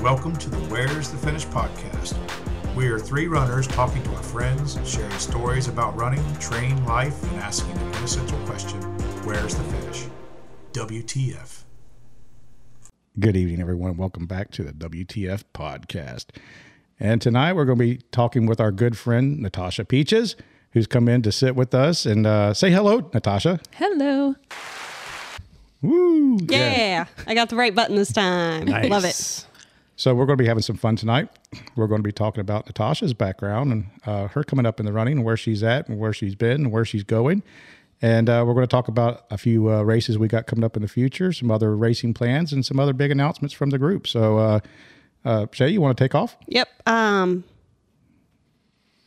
Welcome to the Where's the Finish podcast. We are three runners talking to our friends, sharing stories about running, training, life, and asking the quintessential question Where's the finish? WTF. Good evening, everyone. Welcome back to the WTF podcast. And tonight we're going to be talking with our good friend, Natasha Peaches, who's come in to sit with us and uh, say hello, Natasha. Hello. Woo! Yeah. I got the right button this time. Love it. So we're going to be having some fun tonight. We're going to be talking about Natasha's background and uh, her coming up in the running and where she's at and where she's been and where she's going. And uh, we're going to talk about a few uh, races we got coming up in the future, some other racing plans, and some other big announcements from the group. So, uh, uh, Shay, you want to take off? Yep. Um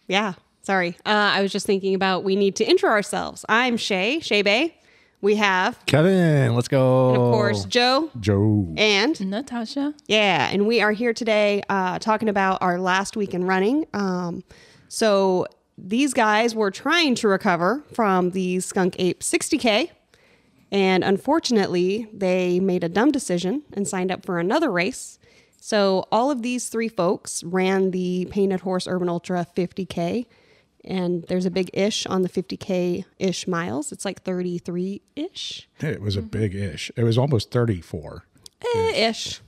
Yeah, sorry. Uh, I was just thinking about we need to intro ourselves. I'm Shay, Shay Bay. We have, Kevin, let's go. of course, Joe Joe. and Natasha. Yeah, and we are here today uh, talking about our last week in running. Um, so these guys were trying to recover from the Skunk Ape 60K, and unfortunately, they made a dumb decision and signed up for another race. So all of these three folks ran the Painted Horse Urban Ultra 50K, and there's a big ish on the 50K ish miles. It's like 33 ish. It was a big ish. It was almost 34. Eh, ish.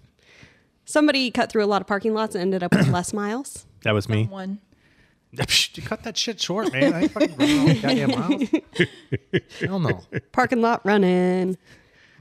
Somebody cut through a lot of parking lots and ended up with less miles. That was me. One. Psh, Cut that shit short, man. I ain't fucking running all these goddamn miles. Hell no. Parking lot running.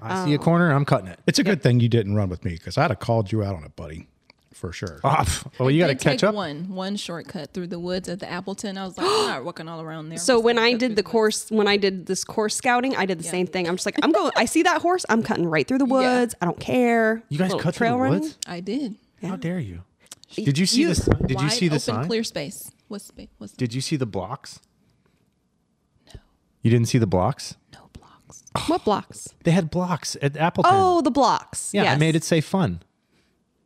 I Um, see a corner, I'm cutting it. It's a good thing you didn't run with me because I'd have called you out on it, buddy, for sure. Oh, pff, well, you got to Did take catch up. One, one shortcut through the woods at the Appleton. I was like, I'm not walking all around there. I'm So just when gonna I cut did the through course, when I did this course scouting, I did the same thing. I'm just like, I'm going. I see that horse. I'm cutting right through the Yeah. woods. I don't care. You guys Little cut through the running. woods? I did. How dare you? Did you see You- the sign? Did you Wide see the open sign? Clear space. What's space? What's Did you see the blocks? No. You didn't see the blocks? no blocks? What blocks? They had blocks at Appleton. Oh, the blocks. yeah. yes. I made it say fun.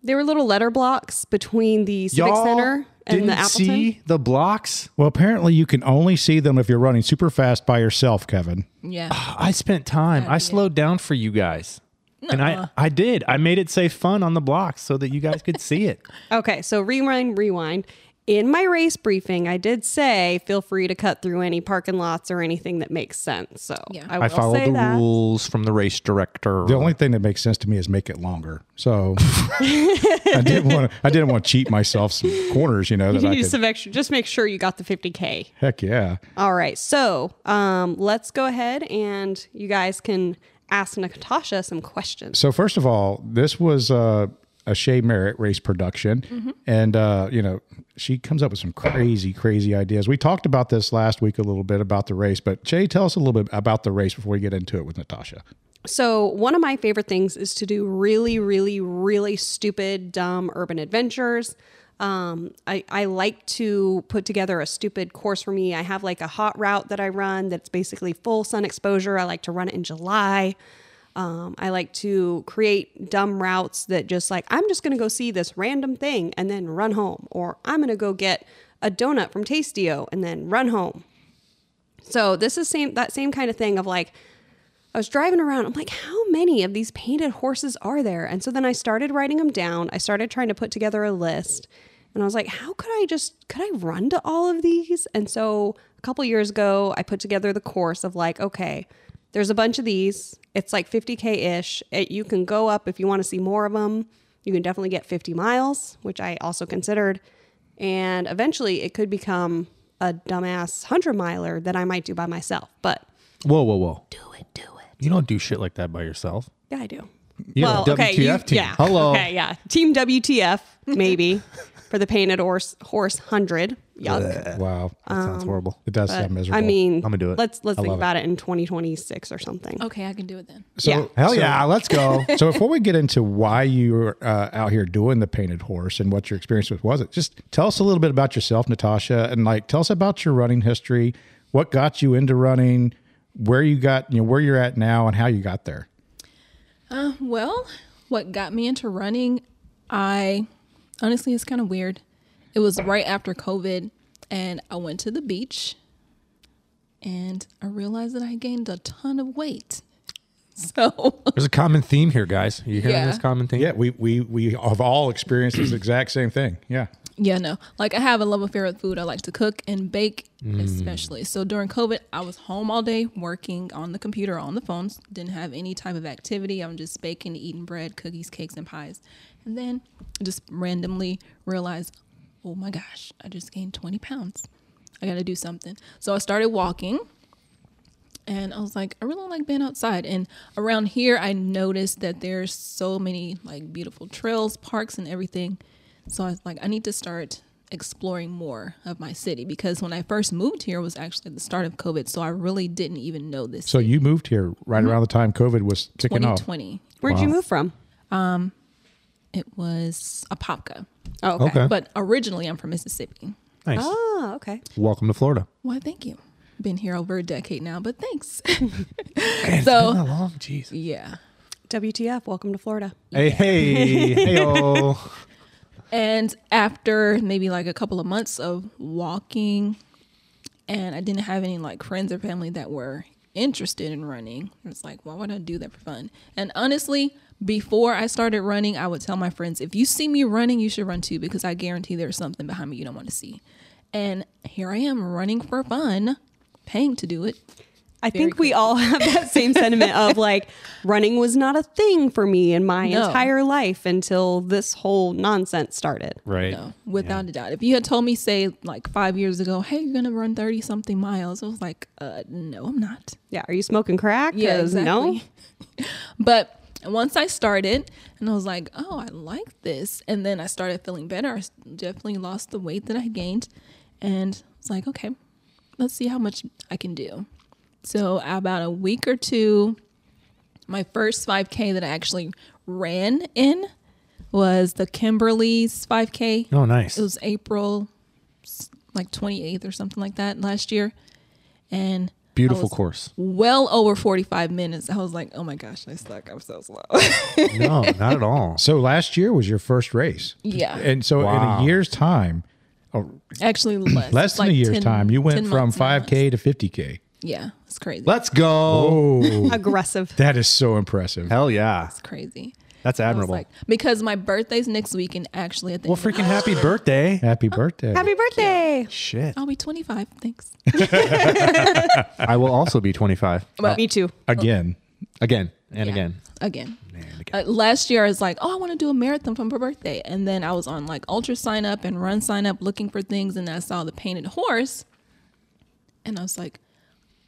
There were little letter blocks between the civic Y'all center and didn't the Appleton. see the blocks? Well, apparently you can only see them if you're running super fast by yourself, Kevin. Yeah. I spent Oh, time. I slowed down for you guys. And I, I did. I made it say fun on the blocks so that you guys could see it. Okay, so rewind, rewind. In my race briefing, I did say feel free to cut through any parking lots or anything that makes sense. So Yeah. I will I followed say the that. rules from the race director. The only thing that makes sense to me is make it longer. So I didn't want to. I didn't want to cheat myself some corners, you know. That I Use could, some extra. Just make sure you got the 50k. heck yeah. All right, so um, let's go ahead and you guys can ask Natasha some questions. So first of all, this was uh, a Shea Merritt race production, Mm-hmm. and uh, you know she comes up with some crazy, crazy ideas. We talked about this last week a little bit about the race, but Shay, tell us a little bit about the race before we get into it with Natasha. So, one of my favorite things is to do really, really, really stupid, dumb urban adventures. Um, I, I like to put together a stupid course for me. I have like a hot route that I run that's basically full sun exposure. I like to run it in July. Um, I like to create dumb routes that just like, I'm just going to go see this random thing and then run home, or I'm going to go get a donut from Tastio and then run home. So, this is same that same kind of thing of like, I was driving around. I'm like, how many of these painted horses are there? And so then I started writing them down. I started trying to put together a list. And I was like, how could I just could I run to all of these? And so a couple years ago, I put together the course of like, okay, there's a bunch of these. It's like 50k ish. It, you can go up if you want to see more of them. You can definitely get 50 miles, which I also considered. And eventually, it could become a dumbass 100 miler that I might do by myself. But Whoa, whoa, whoa. do it, do it. You don't do shit like that by yourself. Yeah, I do. You're well, the okay, WTF you- team. yeah. Hello. Okay, yeah. Team WTF maybe for the painted horse horse hundred. Yuck. Wow, Uh, That sounds horrible. it does sound miserable. Um, I mean, I'm gonna do it. Let's let's I think love it. about it. in 2026 or something. Okay, I can do it then. so, yeah. Hell so- yeah, let's go. so before we get into why you're uh, out here doing the painted horse and what your experience with was it just tell us a little bit about yourself natasha and like tell us about your running history what got you into running where you got you know where you're at now and how you got there Uh, well, what got me into running, I honestly, it's kind of weird. It was right after COVID, and I went to the beach, and I realized that I gained a ton of weight. So There's a common theme here, guys. Are you hearing Yeah. this common theme? Yeah, we we we have all experienced this exact same thing. Yeah. yeah, no. Like I have a love affair with food. I like to cook and bake, especially. So during COVID, I was home all day working on the computer, on the phones. Didn't have any type of activity. I'm just baking, eating bread, cookies, cakes, and pies. And then I just randomly realized, oh my gosh, I just gained 20 pounds. I got to do something. So I started walking. and I was like, I really like being outside. And around here, I noticed that there's so many like beautiful trails, parks, and everything. So I was like, I need to start exploring more of my city because when I first moved here was actually at the start of COVID, so I really didn't even know this. So you moved here Mm-hmm. right around the time COVID was kicking off. 2020, Where'd you move from? it was Apopka, Oh, okay. Okay. but originally I'm from Mississippi. Nice. Oh, okay. Welcome to Florida. Why? Thank you. Been here over a decade now, but thanks. Man, So- Oh. it's been that long. Jeez. yeah. WTF? Welcome to Florida. Hey, hey, hey, And after maybe like a couple of months of walking, and I didn't have any like friends or family that were interested in running, I was like, why would I do that for fun? And honestly, before I started running, I would tell my friends, if you see me running, you should run too, because I guarantee there's something behind me you don't want to see. And here I am running for fun, paying to do it. I think we all have that same sentiment of like running was not a thing for me in my No. entire life until this whole nonsense started. Right. No, without a doubt. If you had told me, say, like five years ago, hey, you're going to run 30 something miles, I was like, uh, no, I'm not. Yeah. Are you smoking crack? 'Cause No. but once I started, and I was like, oh, I like this, and then I started feeling better. I s- definitely lost the weight that I gained, and I was like, okay, let's see how much I can do. So about a week or two, my first 5K that I actually ran in was the Kimberly's 5K Oh, nice. it was April s- like 28th or something like that last year and I Beautiful was course. well over 45 minutes i was like oh my gosh i suck i'm so slow no, not at all. So last year was your first race. Yeah. And so in Wow. a year's time, actually less less than like a year's 10 time, you 10 went from months, nine 5K to 50K. months. yeah it's crazy Let's go. Oh, Aggressive. that is so impressive. Hell yeah. it's crazy That's I was admirable. like, because my birthday's next week and actually at the well, end of- freaking happy birthday. Happy birthday. Happy birthday. Shit. i'll be 25 thanks I will also be 25 But- Me too. Again. again and Yeah. again. again And again. Uh, last year, I was like, oh, I want to do a marathon for my birthday. And then I was on like Ultra sign up and Run sign up looking for things. And I saw the painted horse. And I was like,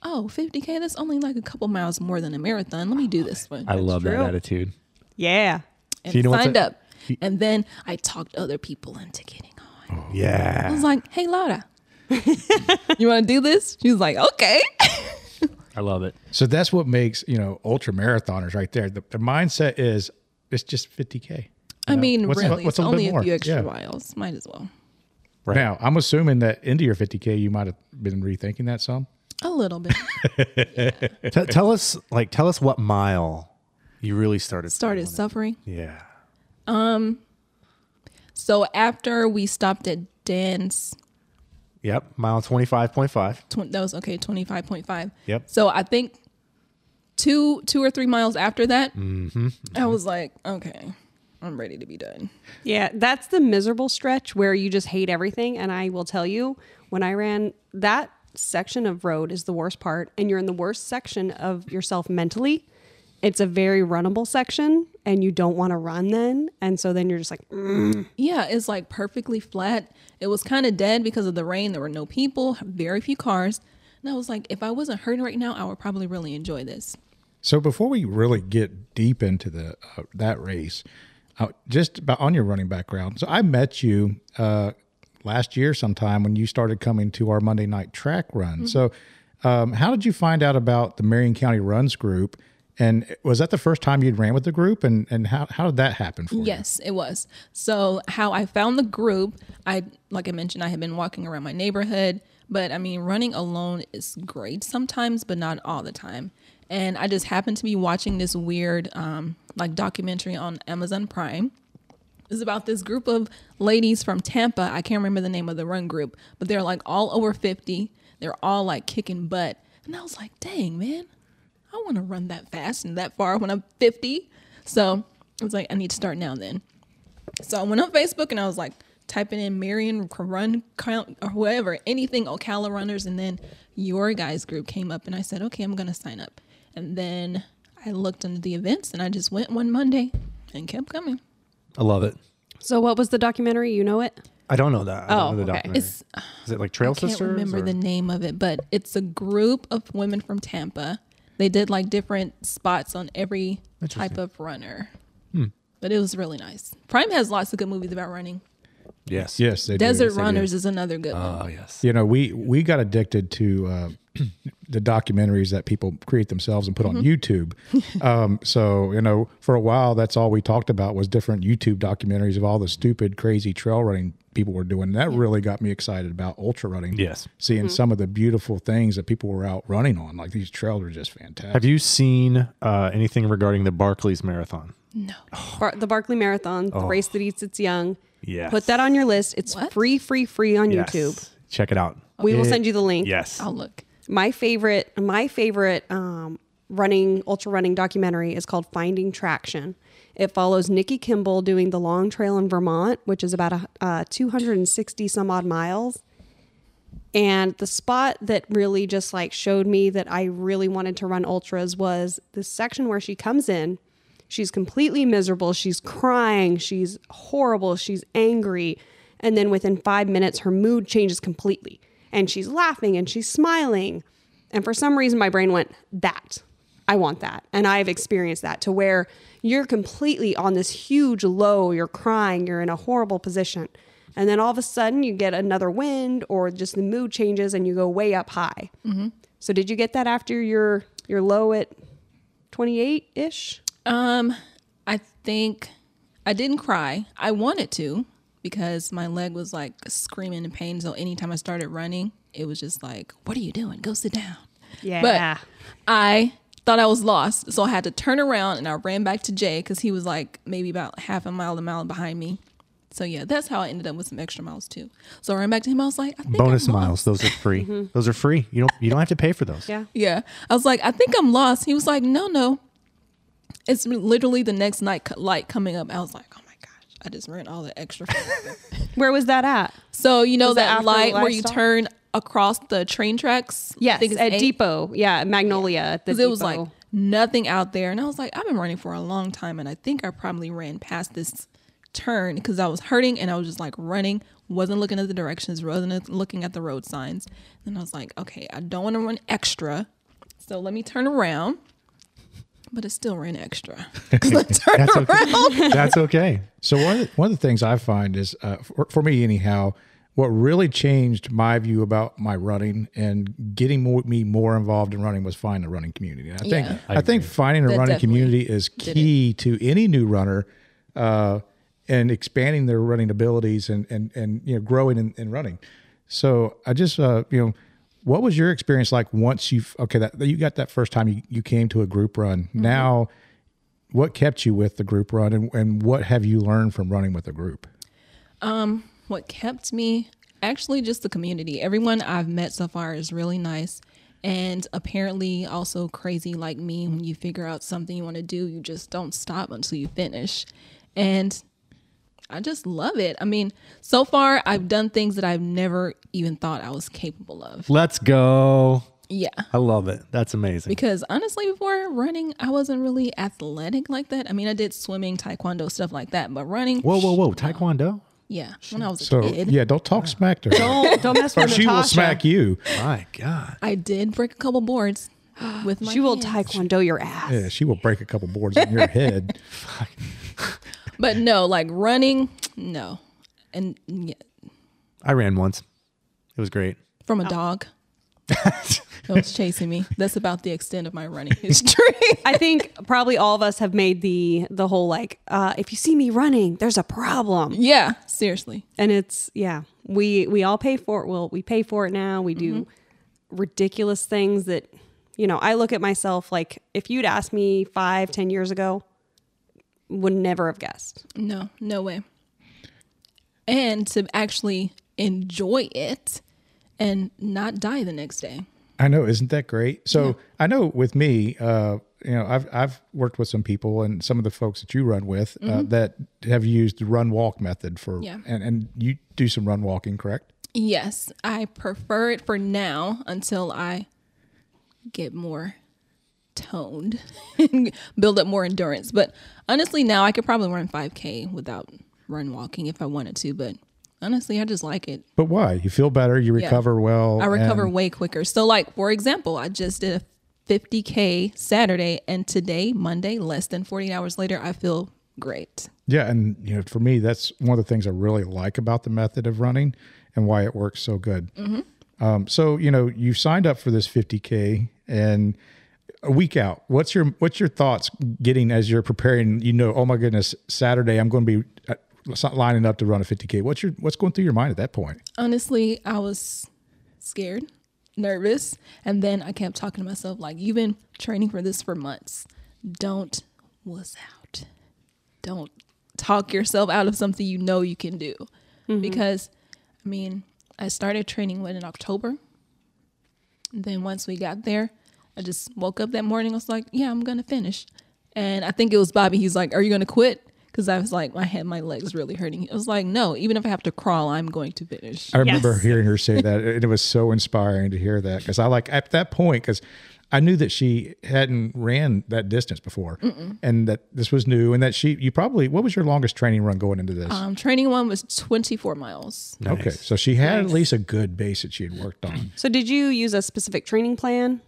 oh, 50K, that's only like a couple miles more than a marathon. Let me do this one. I love true. that attitude. Yeah. and you know what's signed a- up. And then I talked other people into getting on. I Yeah. was like, hey, Laura, you want to do this? She was like, okay. I love it. So that's what makes, you know, ultra marathoners right there. The, the mindset is it's just 50K. I mean, What's a- really, what's it's a little bit only a more? few extra Yeah. miles. Might as well. Right. Now, I'm assuming that into your 50K, you might have been rethinking that some. A little bit. T- tell us, like, tell us what mile you really started. Started suffering. Yeah. So after we stopped at Dan's, Yep. Mile 25.5. tw- that was okay, twenty five point five. Yep. So I think two two or three miles after that, I was like, okay, I'm ready to be done. Yeah, that's the miserable stretch where you just hate everything. And I will tell you, when I ran that section of road is the worst part, and you're in the worst section of yourself mentally. It's a very runnable section, and you don't want to run then. And so then you're just like, mm, Yeah, it's like perfectly flat. It was kind of dead because of the rain. There were no people, very few cars. And I was like, if I wasn't hurting right now, I would probably really enjoy this. So before we really get deep into the uh, that race, uh, just about on your running background. So I met you uh, last year sometime when you started coming to our Monday night track run. Mm-hmm. So um, how did you find out about the Marion County Runs group? And was that the first time you'd ran with the group? And and how, how did that happen for you? Yes, it was. So how I found the group, I like I mentioned, I had been walking around my neighborhood, but I mean, running alone is great sometimes, but not all the time. And I just happened to be watching this weird um, like documentary on Amazon Prime. It's about this group of ladies from Tampa. I can't remember the name of the run group, but they're like all over 50. They're all like kicking butt. And I was like, dang, man, I I want to run that fast and that far when I'm 50. So I was like, I need to start now then. So I went on Facebook and I was like typing in Marion Run Count or whatever, anything Ocala runners. And then your guys group came up and I said, okay, I'm going to sign up. And then I looked into the events and I just went one Monday and kept coming. I love it. So, what was the documentary? You know it? I don't know that. I Oh, don't know the okay. documentary. It's- Is it like Trail I can't Sisters? remember or- the name of it, but it's a group of women from Tampa. They did like different spots on every type of runner. Hmm. But it was really nice. Prime has lots of good movies about running. yes. Yes, they do. Desert Yes, they do. Uh. Runners is another good one. Oh yes. You know, we we got addicted to uh, the documentaries that people create themselves and put Mm-hmm. on YouTube. um, so you know, for a while, that's all we talked about was different YouTube documentaries of all the stupid, crazy trail running people were doing. That really got me excited about ultra running. Yes. Mm-hmm. seeing some of the beautiful things that people were out running on, like these trails are just fantastic. Have you seen uh, anything regarding the Barclays Marathon? Bar- the Barkley Marathon, the race that eats its young. Oh. Yes. Put that on your list. It's What? free, free, free on Yes. YouTube. Check it out. We will It- send you the link. Yes. Oh, I'll look. My favorite, my favorite um, running ultra running documentary is called Finding Traction. It follows Nikki Kimball doing the long trail in Vermont, which is about a, uh, 260 some odd miles. And the spot that really just like showed me that I really wanted to run ultras was this section where she comes in. She's completely miserable. She's crying. She's horrible. She's angry. And then within five minutes, her mood changes completely. And she's laughing and she's smiling. And for some reason, my brain went, that. I want that. And I've experienced that to where you're completely on this huge low. You're crying. You're in a horrible position. And then all of a sudden, you get another wind or just the mood changes and you go way up high. Mm-hmm. So, did you get that after your, your low at 28 ish? Um, I think I didn't cry. I wanted to because my leg was like screaming in pain. So anytime I started running, it was just like, "What are you doing? Go sit down." Yeah. But I thought I was lost, so I had to turn around and I ran back to Jay because he was like maybe about half a mile, a mile behind me. So yeah, that's how I ended up with some extra miles too. So I ran back to him. I was like, I Mm-hmm. think Bonus I'm lost. miles. Those are free. Those are free. You don't. You don't have to pay for those. Yeah. Yeah. I was like, I think I'm lost. He was like, No, no. It's literally the next night co- light coming up. I was like, Oh my gosh, I just ran all the extra. Where was that at? so you know Was that that, after light where you livestock? turn across the train tracks. Yes, at eight- Depot. Yeah, at Magnolia. At the 'cause Depot. it was like nothing out there, and I was like, I've been running for a long time, and I think I probably ran past this turn because I was hurting, and I was just like running, wasn't looking at the directions, wasn't looking at the road signs, and I was like, okay, I don't want to run extra, so let me turn around, but it still ran extra. 'Cause I turned That's around. okay. That's okay. So one of the, one of the things I find is, uh, for, for me anyhow, what really changed my view about my running and getting more, me more involved in running was finding a running community. And I think Yeah. I, think finding a That running definitely community is key to any new runner, uh, and expanding their running abilities and and and you know growing in, in running. So I just uh, you know. What was your experience like once you've okay that you got that first time you, you came to a group run? Mm-hmm. Now what kept you with the group run and, and what have you learned from running with a group what kept me actually just the community everyone i've met so far is really nice and apparently also crazy like me when you figure out something you want to do you just don't stop until you finish and i just love it i mean so far i've done things that i've never even thought i was capable of Let's go. yeah I love it. That's amazing. because honestly before running i wasn't really athletic like that i mean i did swimming taekwondo stuff like that but running whoa, whoa, whoa! Taekwondo. yeah when i was a so kid yeah don't talk smack to her don't, don't mess or with Oh, she will Natasha. smack you My God. i did break a couple boards with my She will hands. taekwondo your ass. yeah, she will break a couple boards in your head But no, like running, no. And yeah, I ran once. It was great. from Oh. a dog that was chasing me. That's about the extent of my running history. I think probably all of us have made the the whole like uh, if you see me running, there's a problem, yeah, seriously. and it's yeah we we all pay for it. Well, we pay for it now. We do Mm-hmm. ridiculous things that you know. I look at myself like if you'd asked me five ten years ago, would never have guessed. No, no way. And to actually enjoy it and not die the next day. I know, isn't that great? So I know with me, uh, you know, I've I've worked with some people and some of the folks that you run with uh, that have used the run walk method for, Mm-hmm. Yeah. and and you do some run walking, correct? Yes, I prefer it for now until I get more toned and build up more endurance. But honestly, now I could probably run 5K without run walking if I wanted to. But honestly, I just like it. But why? You feel better, you recover well. I recover and- way quicker. So, like, for example, I just did a 50K Saturday, and today, Monday, less than 48 hours later, I feel great. Yeah, and you know, for me, that's one of the things I really like about the method of running and why it works so good. Um, so you know, you signed up for this 50k and a week out. What's your what's your thoughts getting as you're preparing? You know, oh my goodness, Saturday I'm going to be uh, s- lining up to run a 50k. What's your what's going through your mind at that point? honestly, I was scared, nervous, and then I kept talking to myself like, "You've been training for this for months. Don't wuss out. Don't talk yourself out of something you know you can do." Because, I mean, I started training when in October. And then once we got there, I just woke up that morning. I was like, "Yeah, I'm gonna finish." And I think it was Bobby. He's like, "Are you gonna quit?" Because I was like, I had my legs really hurting. I was like, "No, even if I have to crawl, I'm going to finish." I remember Yes. hearing her say that, and it was so inspiring to hear that because I like at that point because I knew that she hadn't ran that distance before, and that this was new, and that she you probably what was your longest training run going into this? Um, training one was 24 miles. Okay, so she had at least a good base that she had worked on. So, did you use a specific training plan?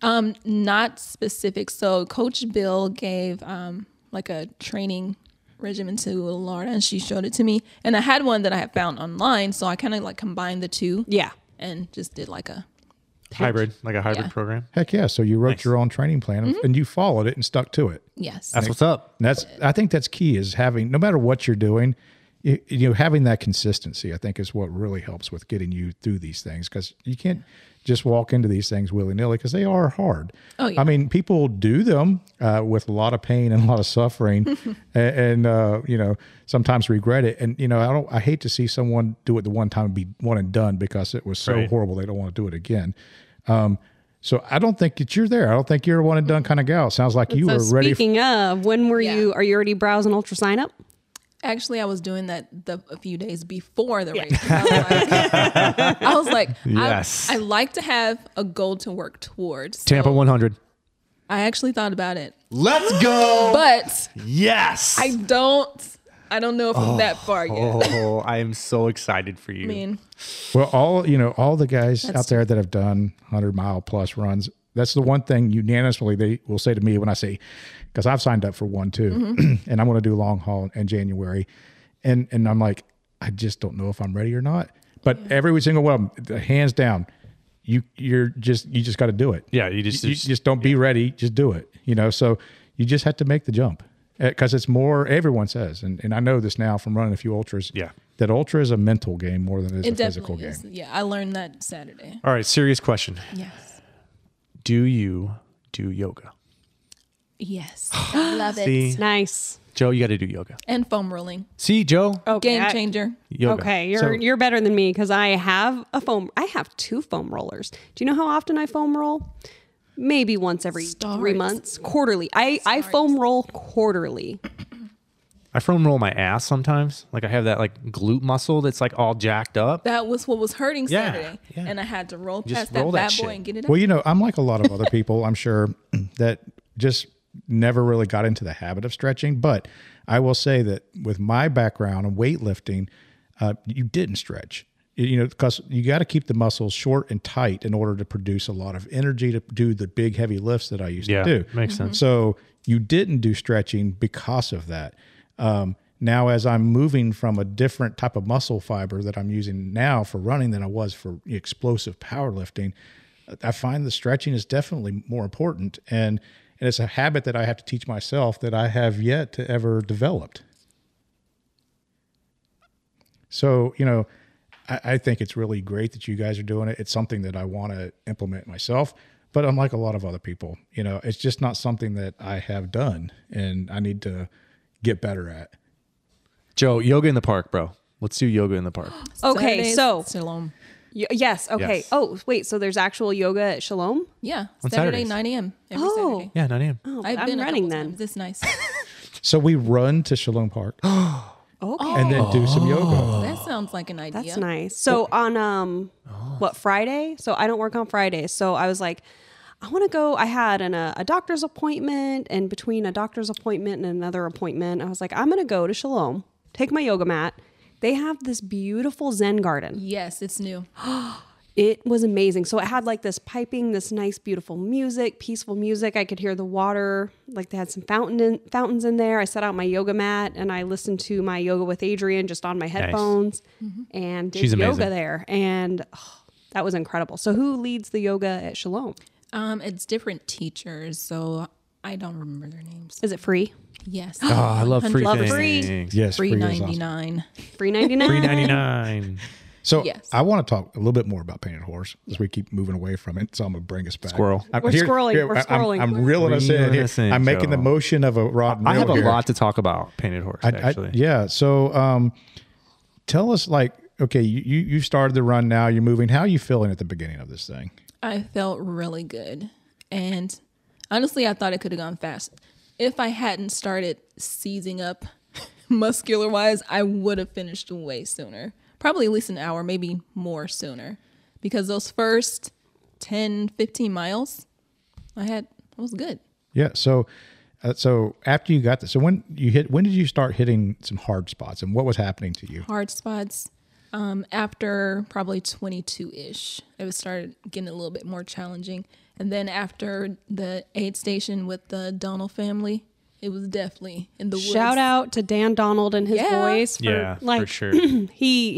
Um, not specific. So Coach Bill gave um, like a training regimen to Laura, and she showed it to me. And I had one that I had found online, so I kind of like combined the two. Yeah. And just did like a Hybrid, like a hybrid Yeah. program. Heck yeah! So you wrote your own training plan and you followed it and stuck to it. yes. That's what's up. And that's I think that's key is having no matter what you're doing, you, you know having that consistency. I think is what really helps with getting you through these things because you can't just walk into these things willy nilly because they are hard. Oh, yeah. I mean, people do them uh, with a lot of pain and a lot of suffering, and, and uh, you know sometimes regret it. And you know I don't I hate to see someone do it the one time and be one and done because it was so Right. horrible they don't want to do it again. Um, so I don't think that you're there. I don't think you're a one and done kind of gal. Sounds like you so, were ready. speaking of, when were Yeah. you? Are you already browsing Ultra Sign Up? Actually, I was doing that the, a few days before the race. I was like, I, was like I- Yes. I, like to have a goal to work towards. So Tampa 100. I actually thought about it, Let's go. but yes. I don't. I don't know if I'm that far yet. oh, I am so excited for you. I mean, Well, all you know, all the guys out there that have done hundred mile plus runs, that's the one thing unanimously they will say to me when I say, because I've signed up for one too, and I'm going to do long haul in January, and and I'm like, I just don't know if I'm ready or not. But every single one, of 'em, hands down, you you're just you just got to do it. Yeah, you just- you, just don't be ready, just do it. You know, so you just have to make the jump because it's more. Everyone says, and and I know this now from running a few ultras. Yeah. That ultra is a mental game more than it is it a physical definitely game. is. Yeah, I learned that Saturday. All right, serious question. Yes. Do you do yoga? Yes. Love it. See, Nice. Joe, you got to do yoga. And foam rolling. See, Joe, Okay. Game changer. yoga. Okay, you're So- you're better than me because I have a foam. I have two foam rollers. Do you know how often I foam roll? Maybe once every three Stars. months, quarterly. I I foam roll quarterly. I foam roll my ass sometimes. Like I have that like glute muscle that's like all jacked up. That was what was hurting Yeah, Saturday. yeah. And I had to roll Just past roll that that bad shit. boy and get it out. Well, you know, I'm like a lot of other people, I'm sure, that just never really got into the habit of stretching. But I will say that with my background in weightlifting, uh, you didn't stretch. You- You know, because you got to keep the muscles short and tight in order to produce a lot of energy to do the big heavy lifts that I used Yeah, to do. makes sense. So you didn't do stretching because of that. Um, now, as I'm moving from a different type of muscle fiber that I'm using now for running than I was for explosive powerlifting, I find the stretching is definitely more important, and and it's a habit that I have to teach myself that I have yet to ever developed. So, you know, I, I think it's really great that you guys are doing it. It's something that I want to implement myself, but unlike a lot of other people, you know, it's just not something that I have done and I need to get better at. Joe, yoga in the park, bro. Let's do yoga in the park. Okay, Saturdays, so Shalom. Y- yes. Okay. Yes. Oh, wait. So there's actual yoga at Shalom? Yeah, On Saturday Saturdays. 9 a.m. every Oh. Saturday. Yeah, 9 a.m. Oh, I've am been a running couple then. times. It's nice. So we run to Shalom Park Okay. and then do some yoga. that sounds like an idea. That's nice. So on um what Friday? So I don't work on Fridays. So I was like, I want to go. I had an, uh, a doctor's appointment, and between a doctor's appointment and another appointment, I was like, I'm gonna go to Shalom, take my yoga mat. They have this beautiful Zen garden. Yes, it's new. It was amazing. So it had like this piping, this nice, beautiful music, peaceful music. I could hear the water. Like they had some fountain in, fountains in there. I set out my yoga mat and I listened to my yoga with Adrian just on my headphones and did She's yoga amazing. there. And oh, that was incredible. So who leads the yoga at Shalom? Um, it's different teachers, so I don't remember their names. Is it free? Yes. Oh, I love free Love things. free. Yes, free Three is ninety awesome. nine. Free ninety nine. Three ninety nine. So Yes. I want to talk a little bit more about painted horse as we keep moving away from it. So I'm gonna bring us back. Squirrel. I'm, We're squirreling, we're I- I'm- squirreling. I'm, reeling us in. Reeling Here. us in, I'm making the Joe. motion of a rotten. I have reel a here. lot to talk about painted horse. I- I- actually, yeah. So um, tell us, like, okay, you you you started the run now. You're moving. How are you feeling at the beginning of this thing? I felt really good, and honestly, I thought it could have gone fast. If I hadn't started seizing up, muscular wise, I would have finished way sooner. Probably at least an hour, maybe more sooner, because those first 10, 15 miles, I had I was good. Yeah. So. Uh, so after you got this, so when you hit, when did you start hitting some hard spots, and what was happening to you? hard spots um, after probably 22 ish. It was started getting a little bit more challenging. And then after the aid station with the Donald family, it was definitely in the woods. Shout out to Dan Donald and his Yeah. boys. For, yeah, like, for sure. he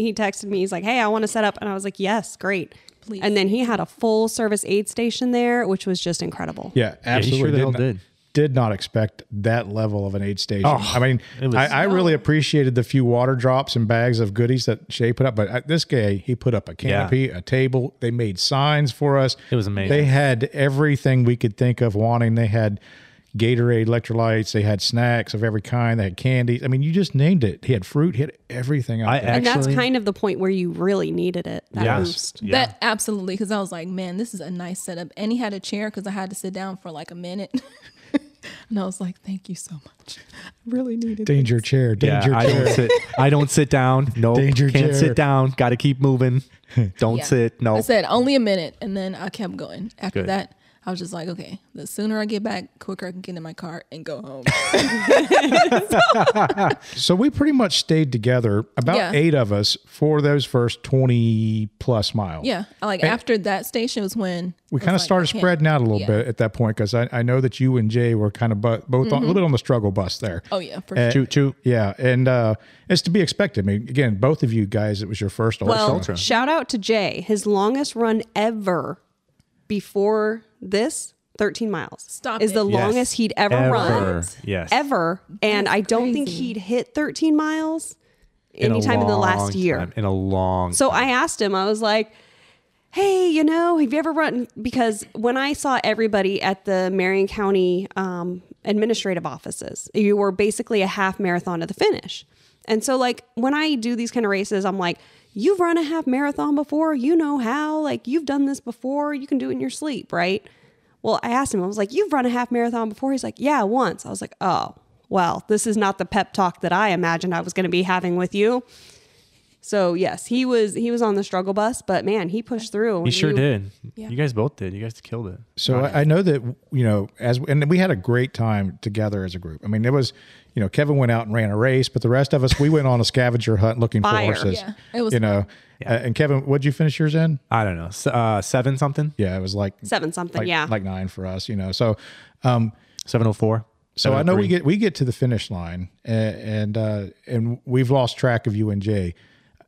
he texted me. He's like, "Hey, I want to set up," and I was like, "Yes, great." Please. And then he had a full service aid station there, which was just incredible. Yeah, absolutely. sure the hell not- did. Oh, did not expect that level of an aid station. I mean, it was- I, I really appreciated the few water drops and bags of goodies that Shay put up, but uh, this guy, he put up a canopy, a table. They made signs for us. It was amazing. They had everything we could think of wanting. They had Gatorade electrolytes. They had snacks of every kind. They had candies. I mean, you just named it. He had fruit. He had everything. Out I there. and that's Actually- kind of the point where you really needed it. That Yes. boost. Yeah. That absolutely, because I was like, man, this is a nice setup. And he had a chair because I had to sit down for like a minute. and I was like, thank you so much. I really needed danger chair. Danger yeah, I chair. don't sit. I don't sit down. No, Danger can't chair. sit down. Got to keep moving. Don't Yeah. sit. No, I said only a minute, and then I kept going. After Good. that, I was just like, okay, the sooner I get back, quicker I can get in my car and go home. So we pretty much stayed together, about Yeah. eight of us, for those first 20 plus miles. yeah, like after that station was when We I was kind of like, started okay. spreading out a little Yeah. bit at that point because I, I know that you and Jay were kind of bu- both on, a little bit on the struggle bus there. Mm-hmm. Oh yeah, for Uh, sure. Choo, choo. Yeah. And uh, it's to be expected. I mean, again, both of you guys, it was your first ultra. Well, shout out to Jay, his longest run ever before this, 13 miles. Stop is it. the Yes. longest he'd ever, Ever. run. Yes. Ever. And I don't think he'd hit 13 miles a anytime in the long last year. time, in a long. So I asked him, I was like, hey, you know, have you ever run? Because when I saw everybody at the Marion County um, administrative offices, you were basically a half marathon to the finish. And so, like, when I do these kind of races, I'm like, you've run a half marathon before, you know how, like, you've done this before, you can do it in your sleep, right? Well, I asked him, I was like, you've run a half marathon before? He's like, yeah, once. I was like, oh, well, this is not the pep talk that I imagined I was going to be having with you. So yes, he was he was on the struggle bus, but man, he pushed through. you sure did. Yeah. You guys both did. You guys killed it. So I, I know that you know as and we had a great time together as a group. I mean, it was you know Kevin went out and ran a race, but the rest of us we went on a scavenger hunt looking Fire. for horses. Yeah, it was you know, uh, and Kevin, what'd you finish yours in? I don't know. s- Uh, seven something. Yeah, it was like Seven something, like, yeah. like nine for us. You know, so um, Seven oh four. so I know we get we get to the finish line, and and, uh, and we've lost track of you and Jay.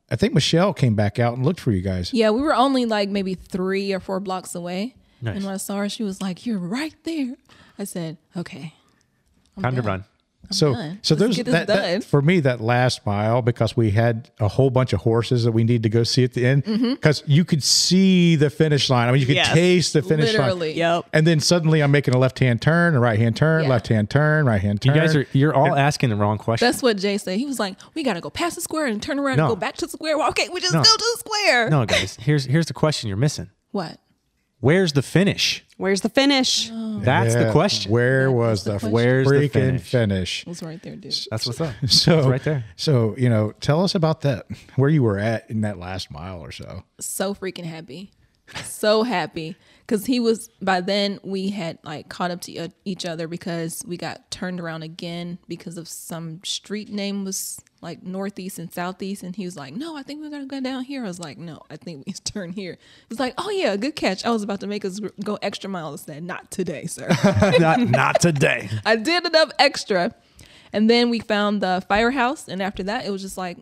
I think Michelle came back out and looked for you guys. Yeah, we were only like maybe three or four blocks away, and when I saw her, she was like, "You're right there." I said, "Okay, time to run. so done. so Let's there's get this that, that- done. for me that last mile because we had a whole bunch of horses that we need to go see at the end Mm-hmm. because you could see the finish line. I mean, you could Yes. taste the finish Literally. line. Yep. And then suddenly I'm making a left hand turn, a right hand turn, Yeah. left hand turn, right hand You turn. guys are you're all asking the wrong question. That's what Jay said. He was like, "We gotta go past the square and turn around No. and go back to the square. Why can't we just No. go to the square?" no, guys. Here's here's the question you're missing. What? Where's the finish? Where's the finish? Oh, That's the Yeah. question. Where was the question. Where's the freaking finish? finish? It was right there, dude. That's what's up. So It's right there. So you know, tell us about that. Where you were at in that last mile or so. so freaking happy so happy because he was by then we had like caught up to e- each other because we got turned around again because of some street name was like northeast and southeast and he was like no i think we're gonna go down here i was like no i think we turn here he's like oh yeah good catch i was about to make us r- go extra miles I said not today sir not not today. i did enough extra and then we found the firehouse and after that it was just like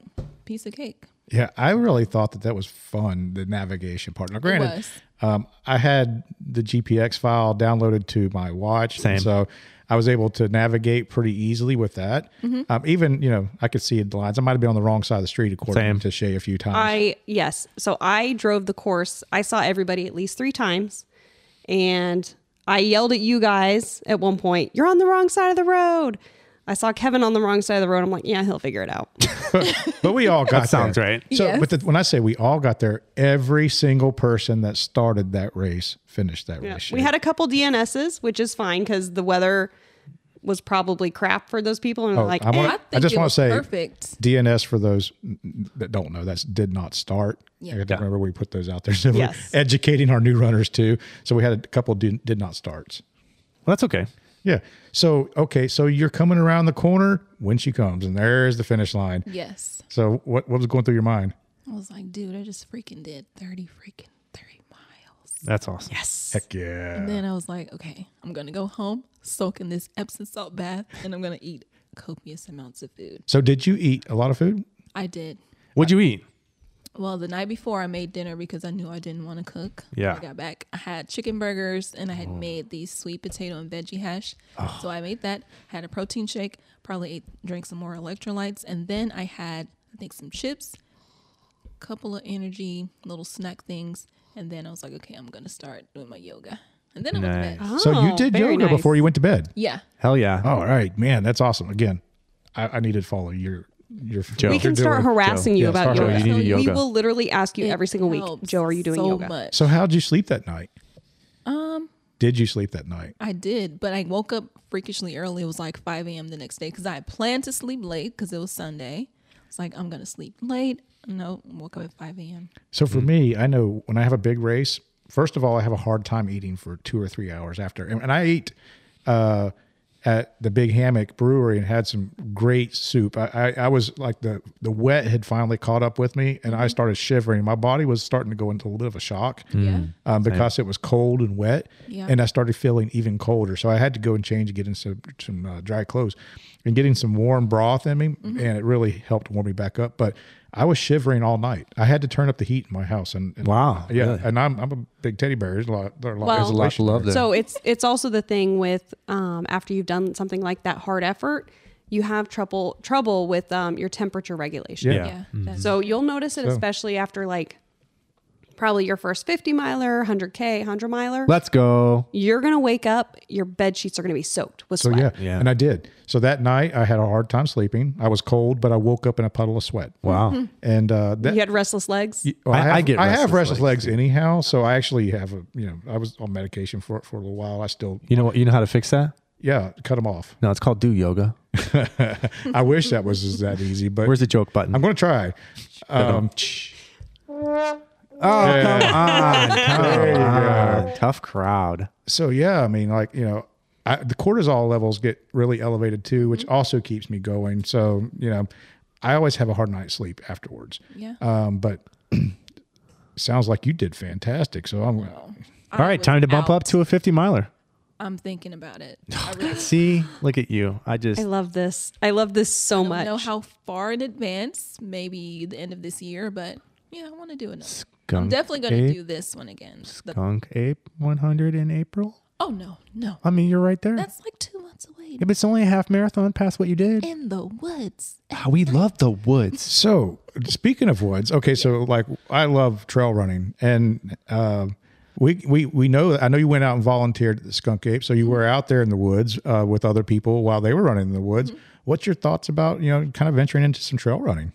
piece of cake Yeah, I really thought that that was fun, the navigation part. Now, granted, was. um, I had the GPX file downloaded to my watch, Same. and so I was able to navigate pretty easily with that. Um, even you know, I could see the lines. I might have been on the wrong side of the street, according Same. to Shay, a few times. I yes. So I drove the course. I saw everybody at least three times, and I yelled at you guys at one point. You're on the wrong side of the road. I saw Kevin on the wrong side of the road. I'm like, yeah, he'll figure it out. but we all got That sounds there. right. So, Yes. but the, when I say we all got there, every single person that started that race finished that race. we had a couple DNSs, which is fine because the weather was probably crap for those people. And Oh, like, I eh, want- i think just it wanna was say- perfect DNS for those that don't know, that's did not start. I don't remember we put those out there. So we're Yes. educating our new runners too. So we had a couple did, did not starts. Well, that's okay. Yeah. So, okay. So you're coming around the corner when she comes and there's the finish line. yes So what, what was going through your mind? I was like, dude, I just freaking did 30 freaking 30 miles. That's awesome. Heck yeah. And then I was like, okay, I'm going to go home, soak in this Epsom salt bath, and I'm going to eat copious amounts of food. So did you eat a lot of food? I did. What'd you eat? Well, the night before I made dinner because I knew I didn't want to cook. Yeah. When I got back. I had chicken burgers and I had made these sweet potato and veggie hash. So I made that, had a protein shake, probably ate, drank some more electrolytes, and then I had, I think, some chips, couple of energy little snack things, and then I was like, okay, I'm gonna start doing my yoga, and then I went to bed. oh, so you did very yoga nice. before you went to bed. Yeah, Hell yeah. All right, man. That's awesome. Again, I, I need to follow your, your, Joe. We what you're can start doing. harassing you Yeah, about start yoga. harassing you. You need to We yoga. will literally ask you every single week, helps Joe, are you doing so yoga? Much. So how'd you sleep that night? did you sleep that night? I did, but I woke up freakishly early. It was like 5 a.m. the next day because I had planned to sleep late because it was Sunday. It's like, I'm going to sleep late. No, woke up at 5 a.m. So for me, I know when I have a big race, first of all, I have a hard time eating for two or three hours after. And, and I ate uh, at the Big Hammock Brewery and had some great soup. I, I, I was like the the wet had finally caught up with me, and I started shivering. My body was starting to go into a little bit of a shock. Yeah. Um, because it was cold and wet, Yeah. and I started feeling even colder. So I had to go and change and get in some, some uh, dry clothes and getting some warm broth in me, and it really helped warm me back up. But I was shivering all night. I had to turn up the heat in my house. And, and- Wow, yeah, really? and I'm, I'm a big teddy bear. There's a lot, there are a lot, Well- there's a lot to love there. So it's it's also the thing with um, after you've done something like that hard effort, you have trouble trouble with um, your temperature regulation. Yeah. Yeah. that's- So you'll notice it especially after like probably your first 50 miler, 100k, 100 miler. Let's go. You're gonna wake up. Your bed sheets are gonna be soaked with So sweat. yeah. Yeah. and I did. So that night I had a hard time sleeping. I was cold, but I woke up in a puddle of sweat. Wow. And uh, that, You had restless legs. Well, I- I, have, I get I have restless restless legs. legs. anyhow, so I actually have a you know I was on medication for for a little while. I still You know what? You know how to fix that? yeah cut them off. No, it's called do yoga. I wish that was as that easy, but Where's the joke button? I'm going to try. Um, Oh, Ah, tough crowd. so yeah, I mean like you know I, the cortisol levels get really elevated too, which also keeps me going. So you know I always have a hard night's sleep afterwards. Yeah. Um, but sounds like you did fantastic. So I'm I All right, was time to bump out. up to a 50 miler. I'm thinking about it. I really See, look at you. I just I love this. I love this so don't much. know how far in advance, maybe the end of this year, but yeah, I want to do another. I'm skunk definitely going to ape, do this one again. The- skunk ape 100 in April. oh, no, no. I mean, you're right there. That's like two months. miles away Yeah, but it's only a half marathon past what you did. in the woods. Ah, we love the woods. So speaking of woods, okay, so like I love trail running, and uh, we we we know I know you went out and volunteered at the Skunk Ape, so you were out there in the woods uh, with other people while they were running in the woods. What's your thoughts about you know kind of venturing into some trail running?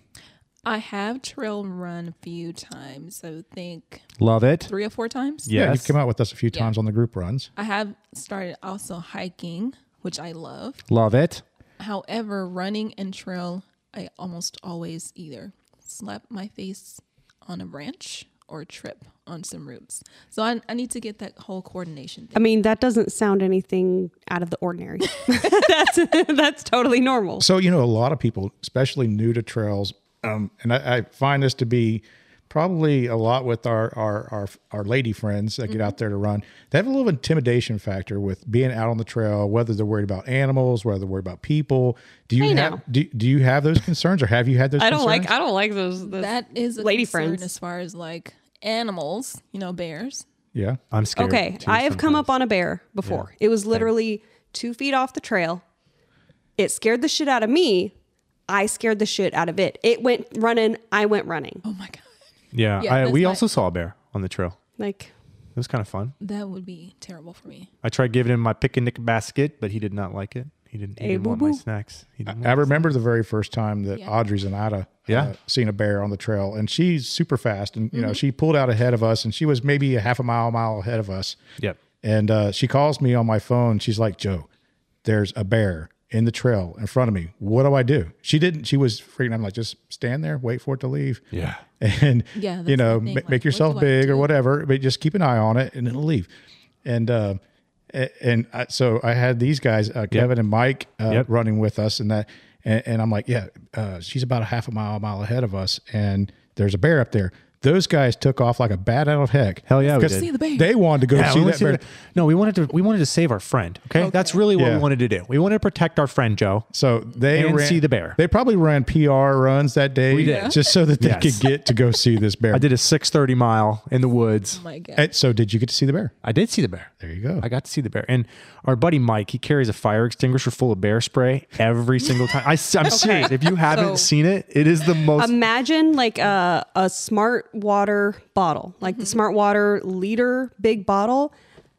I have trail run a few times. I would think Love it. three or four times. Yeah, Yes. you've come out with us a few times on the group runs. I have started also hiking, which I love. Love it. However, running and trail, I almost always either slap my face on a branch or trip on some roots. So I, I need to get that whole coordination I thing. mean, that doesn't sound anything out of the ordinary. that's that's totally normal. So, you know, a lot of people, especially new to trails, um, and I, I find this to be probably a lot with our our our, our lady friends that Mm-hmm. get out there to run. They have a little intimidation factor with being out on the trail, whether they're worried about animals, whether they're worried about people. Do you Hey, have now. do, do you have those concerns, or have you had those? I don't concerns? like I don't like those. those That is a lady lady friends. as far as like animals, you know, bears. Yeah. I'm scared. Okay, too I have come sometimes. up on a bear before. It was literally two feet off the trail. It scared the shit out of me. I scared the shit out of it. It went running. I went running. Oh my god, Yeah, Yeah, I, that's we my- also saw a bear on the trail. Like It was kind of fun. that would be terrible for me. I tried giving him my picnic basket, but he did not like it. He didn't, he Hey, didn't want my boo-boo. snacks. He didn't I want- remember the very first time that Yeah. Audrey's and Ida uh, Yeah. seen a bear on the trail, and she's super fast, and you Mm-hmm. know she pulled out ahead of us, and she was maybe a half a mile, mile ahead of us. Yep. And uh, she calls me on my phone. She's like, Joe, there's a bear in the trail in front of me. What do I do? She didn't. She was freaking. I'm like, just stand there, wait for it to leave. Yeah. And Yeah, that's you know, the ma- thing, like, make what yourself do I big or do? whatever, but just keep an eye on it and it'll leave. And uh, a- and I, so I had these guys, uh, Kevin and Mike, uh, Yep. running with us, and that, and, and I'm like, yeah, uh, she's about a half a mile, a mile ahead of us, and there's a bear up there. Those guys took off like a bat out of heck. Hell yeah, we 'Cause did. See the bear. They wanted to go Yeah, see we that wanted bear. to- no, we wanted to we wanted to save our friend. Okay, that's really what Yeah. we wanted to do. We wanted to protect our friend Joe. So they And ran, see the bear. They probably ran PR runs that day, did. just so that they Yes. could get to go see this bear. I did a six thirty mile in the woods. Oh my god, And so did you get to see the bear? I did see the bear. There you go. I got to see the bear. And our buddy Mike, he carries a fire extinguisher full of bear spray every single time. I, am serious. If you haven't So- seen it, it is um, the most. imagine like a a smart water bottle, like the smart water liter big bottle.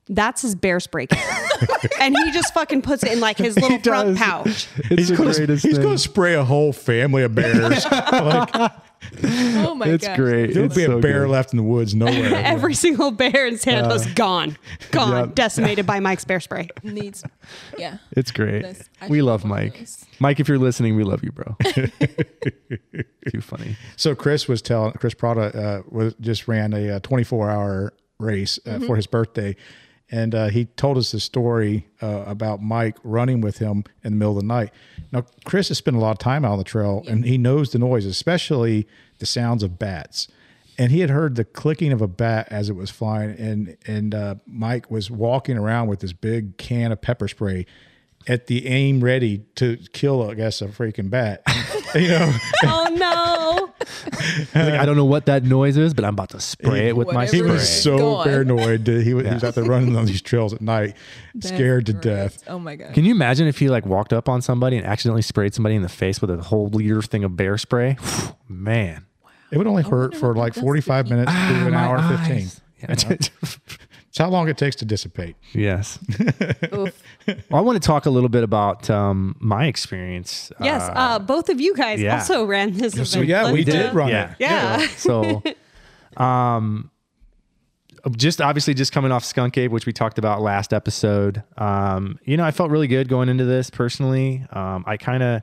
That's his bear spray can. and he just fucking puts it in like his little front does. pouch. it's the gonna- greatest he's thing. gonna spray a whole family of bears. oh my it's gosh. great. There'll It's be a so bear good. left in the woods nowhere. Every single bear in Santa Claus gone, gone, Uh, Yep. decimated by Mike's bear spray. Needs, yeah. It's great. That's- I we should love have one of Mike. those. Mike, if you're listening, we love you, bro. Too funny. so Chris was telling Chris Prada uh, was just ran a uh, 24 hour race uh, for his birthday, and uh, he told us the story uh, about Mike running with him in the middle of the night. Now Chris has spent a lot of time out on the trail, and he knows the noise, especially the sounds of bats. And he had heard the clicking of a bat as it was flying, and and uh, Mike was walking around with this big can of pepper spray at the aim ready to kill, I guess, a freaking bat. you know, Oh no. Like, I don't know what that noise is, but I'm about to spray it with my Whatever spray. it he was Right. so Gone. paranoid that he was, he was out there running on these trails at night, That's scared to great. death. Oh my god. Can you imagine if he like walked up on somebody and accidentally sprayed somebody in the face with a whole liter thing of bear spray? Man. It would only hurt for like 45 minutes Ah, to an hour and 15. Yeah. It's how long it takes to dissipate. yes. Well, I want to talk a little bit about um, my experience. Yes, uh, both of you guys yeah. also ran this event. So, yeah, we Let's, did uh, run yeah. it. Yeah. So, um, just obviously just coming off Skunk Ape, which we talked about last episode. Um, you know, I felt really good going into this personally. Um, I kind of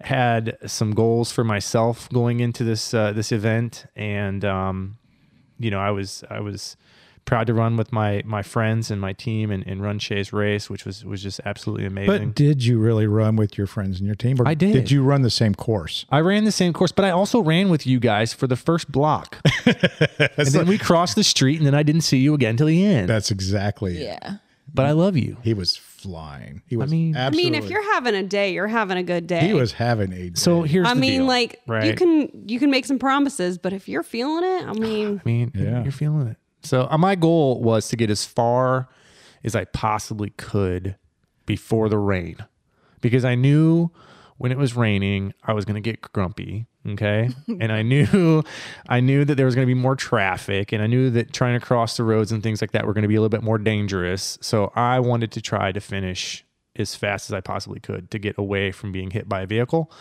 had some goals for myself going into this uh, this event, and um, you know, I was I was proud to run with my my friends and my team and, and run Shay's race, which was was just absolutely amazing. But did you really run with your friends and your team? Or I did. Did you run the same course? I ran the same course, but I also ran with you guys for the first block. and then we crossed the street, and then I didn't see you again till the end. That's exactly it. Yeah. But I love you. He was flying. He was mean- I I mean, mean, absolutely. if you're having a day, you're having a good day. He was having a. So day. here's I the mean, deal, like you right? can you can make some promises, but if you're feeling it, I mean, I mean, Yeah. you're feeling it. So uh, my goal was to get as far as I possibly could before the rain because I knew when it was raining I was going to get grumpy, okay? and I knew I knew that there was going to be more traffic and I knew that trying to cross the roads and things like that were going to be a little bit more dangerous. So I wanted to try to finish as fast as I possibly could to get away from being hit by a vehicle.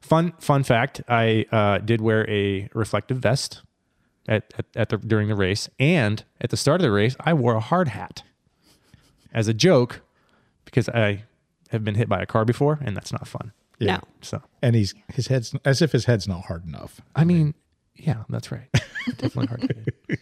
Fun fun fact, I uh, did wear a reflective vest at, at, at the during the race and at the start of the race I wore a hard hat as a joke because I have been hit by a car before and that's not fun. No. So And he's his head's as if his head's not hard enough. I mean, yeah, that's right. Definitely hard.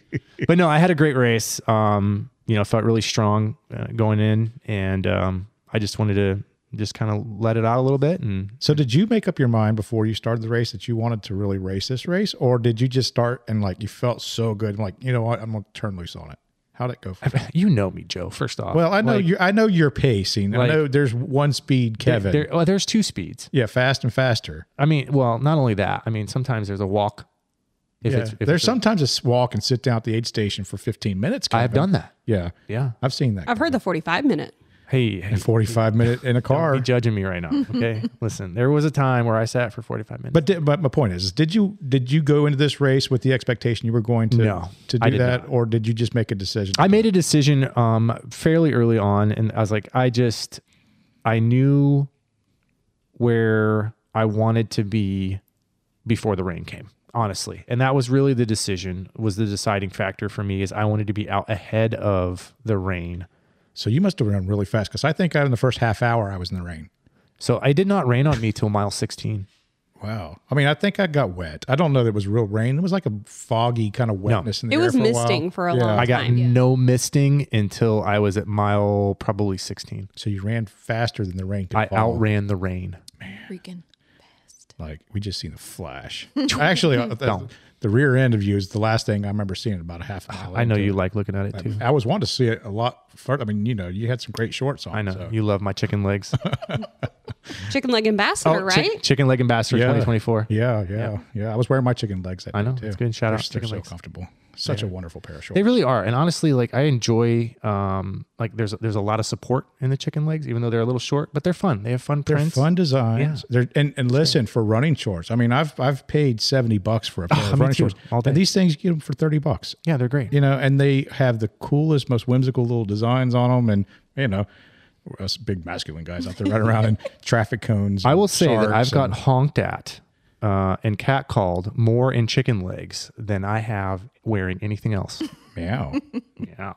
but no, I had a great race. Um, you know, felt really strong uh, going in, and um, I just wanted to just kind of let it out a little bit. And So did you make up your mind before you started the race that you wanted to really race this race, or did you just start and like you felt so good, like you know what, I'm gonna turn loose on it? How'd it go? For you? you know me, Joe. First off, Well, I know Like, you. I know your pacing. like- I know there's one speed, Kevin. There, well, there's two speeds. yeah, fast and faster. I mean, well, not only that. I mean, sometimes there's a walk. If Yeah. it's, if there's it's a- sometimes a s- walk and sit down at the aid station for 15 minutes. I have Kevin. done that. Yeah, Yeah. I've seen that. I've heard the 45 minute. Hey, hey, 45 minute in a don't car. be judging me right now. Okay, listen. There was a time where I sat for 45 minutes. But did, but my point is, is, did you did you go into this race with the expectation you were going to No, to I do did that, not. or did you just make a decision? I made a decision um fairly early on and I was like I just I knew where I wanted to be before the rain came honestly and that was really the decision was the deciding factor for me is I wanted to be out ahead of the rain so you must have run really fast because I think I, in the first half hour I was in the rain. so I did not rain on me till mile 16 Wow. I mean, I think I got wet. I don't know that it was real rain. It was like a foggy kind of wetness in the It air was for a misting while. for a yeah. long I got Time, yeah. no misting until I was at mile probably 16 So you ran faster than the rain could I follow. outran the rain Freaking. like we just seen a flash. Actually, uh, the, the rear end of you is the last thing I remember seeing about a half an hour. I know you like looking at it too I was wanting to see it a lot further. I mean, you know, you had some great shorts on. I know so- you love my chicken legs Chicken Leg Ambassador, Oh, chi- right? Chicken Leg Ambassador 2024. Yeah, yeah, yeah, I was wearing my chicken legs. That I know. Day too. It's good. Shout they're, out They're chicken so legs. comfortable. Such a wonderful pair of shorts. They really are. And honestly, like I enjoy um like there's there's a lot of support in the chicken legs, even though they're a little short, but they're fun. They have fun They're prints. fun designs. They're and, and listen for running shorts. I mean, I've I've paid seventy bucks for a pair of Oh, me running too. shorts. All day. And these things you get them for thirty bucks. Yeah, they're great. You know, and they have the coolest, most whimsical little designs on them, and you know, us big masculine guys out there running around in traffic cones. I and will say that sharks I've got and- honked at uh, and catcalled more in chicken legs than I have wearing anything else. meow. yeah,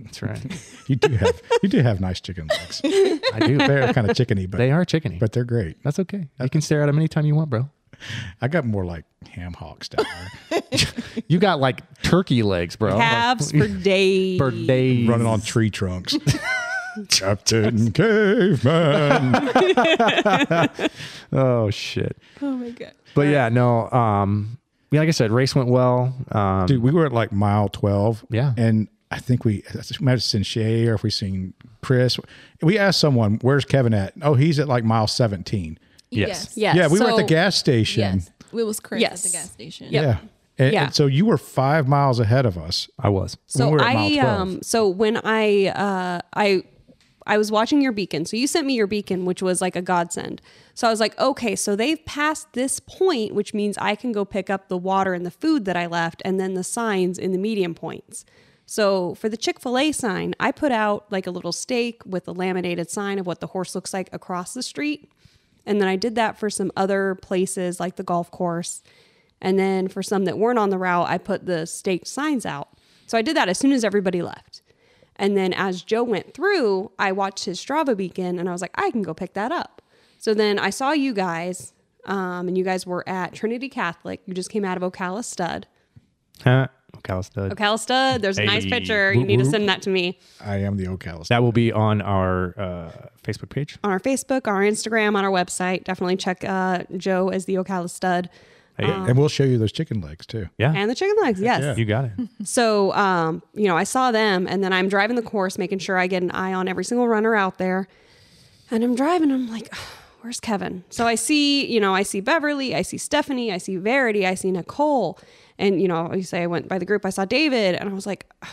that's right. You do have you do have nice chicken legs. I do. They're kind of chickeny, but They are chickeny, but but they're great. that's okay. You can stare at them anytime you want, bro. I got more like ham hocks down there, You got like turkey legs, bro. Calves for days. for days. running on tree trunks. Captain Caveman. Oh shit. Oh my god. But yeah, no. Um, yeah, like I said, race went well. Um, Dude, we were at like mile twelve. Yeah. and I think we, we might have seen Shay or if we seen Chris. We asked someone, "Where's Kevin at?" Oh, he's at like mile seventeen. Yes. Yes. Yeah, we were at the So- gas station. Yes. It was Chris Yes. at the gas station. Yep. Yeah. And, Yeah. and so you were five miles ahead of us. I was. So we were at mile I 12. um so when I uh I I was watching your beacon. So you sent me your beacon, which was like a godsend. So I was like, okay, so they've passed this point, which means I can go pick up the water and the food that I left, and then the signs in the medium points. So for the Chick fil A sign, I put out like a little stake with a laminated sign of what the horse looks like across the street. And then I did that for some other places like the golf course. And then for some that weren't on the route, I put the staked signs out. So I did that as soon as everybody left. And then as Joe went through, I watched his Strava beacon and I was like, I can go pick that up. So then I saw you guys, um, and you guys were at Trinity Catholic. You just came out of Ocala Stud. Huh? Ocala stud. Ocala Stud, there's a nice Hey. picture. You need to send that to me I am the Ocala. That will be on our uh, Facebook page. on our Facebook, our Instagram, on our website. Definitely check uh, Joe as the Ocala Stud and we'll show you those chicken legs too. Yeah, and the chicken legs. Yes. you got it. So, um, you know, I saw them, and then I'm driving the course, making sure I get an eye on every single runner out there. And I'm driving, I'm like, "Ugh, where's Kevin? So I see, you know, I see Beverly, I see Stephanie, I see Verity, I see Nicole. And, you know, you say I went by the group, I saw David, and I was like, "Ugh,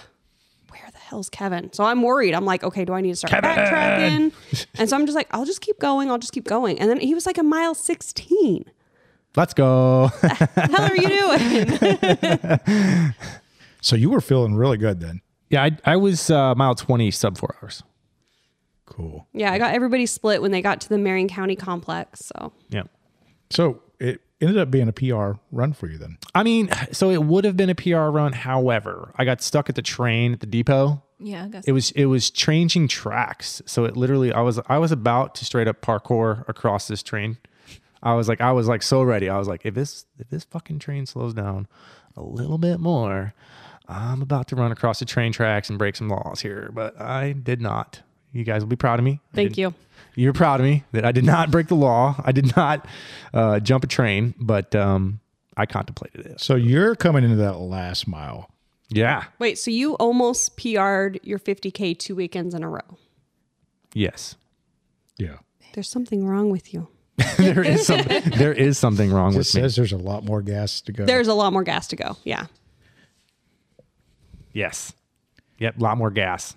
where the hell's Kevin? So I'm worried. I'm like, okay, do I need to start backtracking? and so I'm just like, I'll just keep going. I'll just keep going. And then he was like a mile 16. Let's go. The hell are you doing? So you were feeling really good then. yeah, I, I was uh, mile 20, sub four hours. Cool. yeah, I got everybody split when they got to the Marion County complex. So Yeah. So it ended up being a PR run for you then. I mean, so it would have been a PR run. However, I got stuck at the train at the depot. Yeah, I guess. It was it was changing tracks. So it literally I was I was about to straight up parkour across this train. I was like I was like so ready. I was like if this if this fucking train slows down a little bit more, I'm about to run across the train tracks and break some laws here, but I did not. You guys will be proud of me. I thank did- you. You're proud of me that I did not break the law. I did not uh, jump a train, but um, I contemplated it. So you're coming into that last mile. Yeah. Wait, so you almost PR'd your 50K two weekends in a row. Yes. Yeah. There's something wrong with you. there is some, there is something wrong It with me. says there's a lot more gas to go. There's a lot more gas to go. Yeah. Yes. Yep. A lot more gas.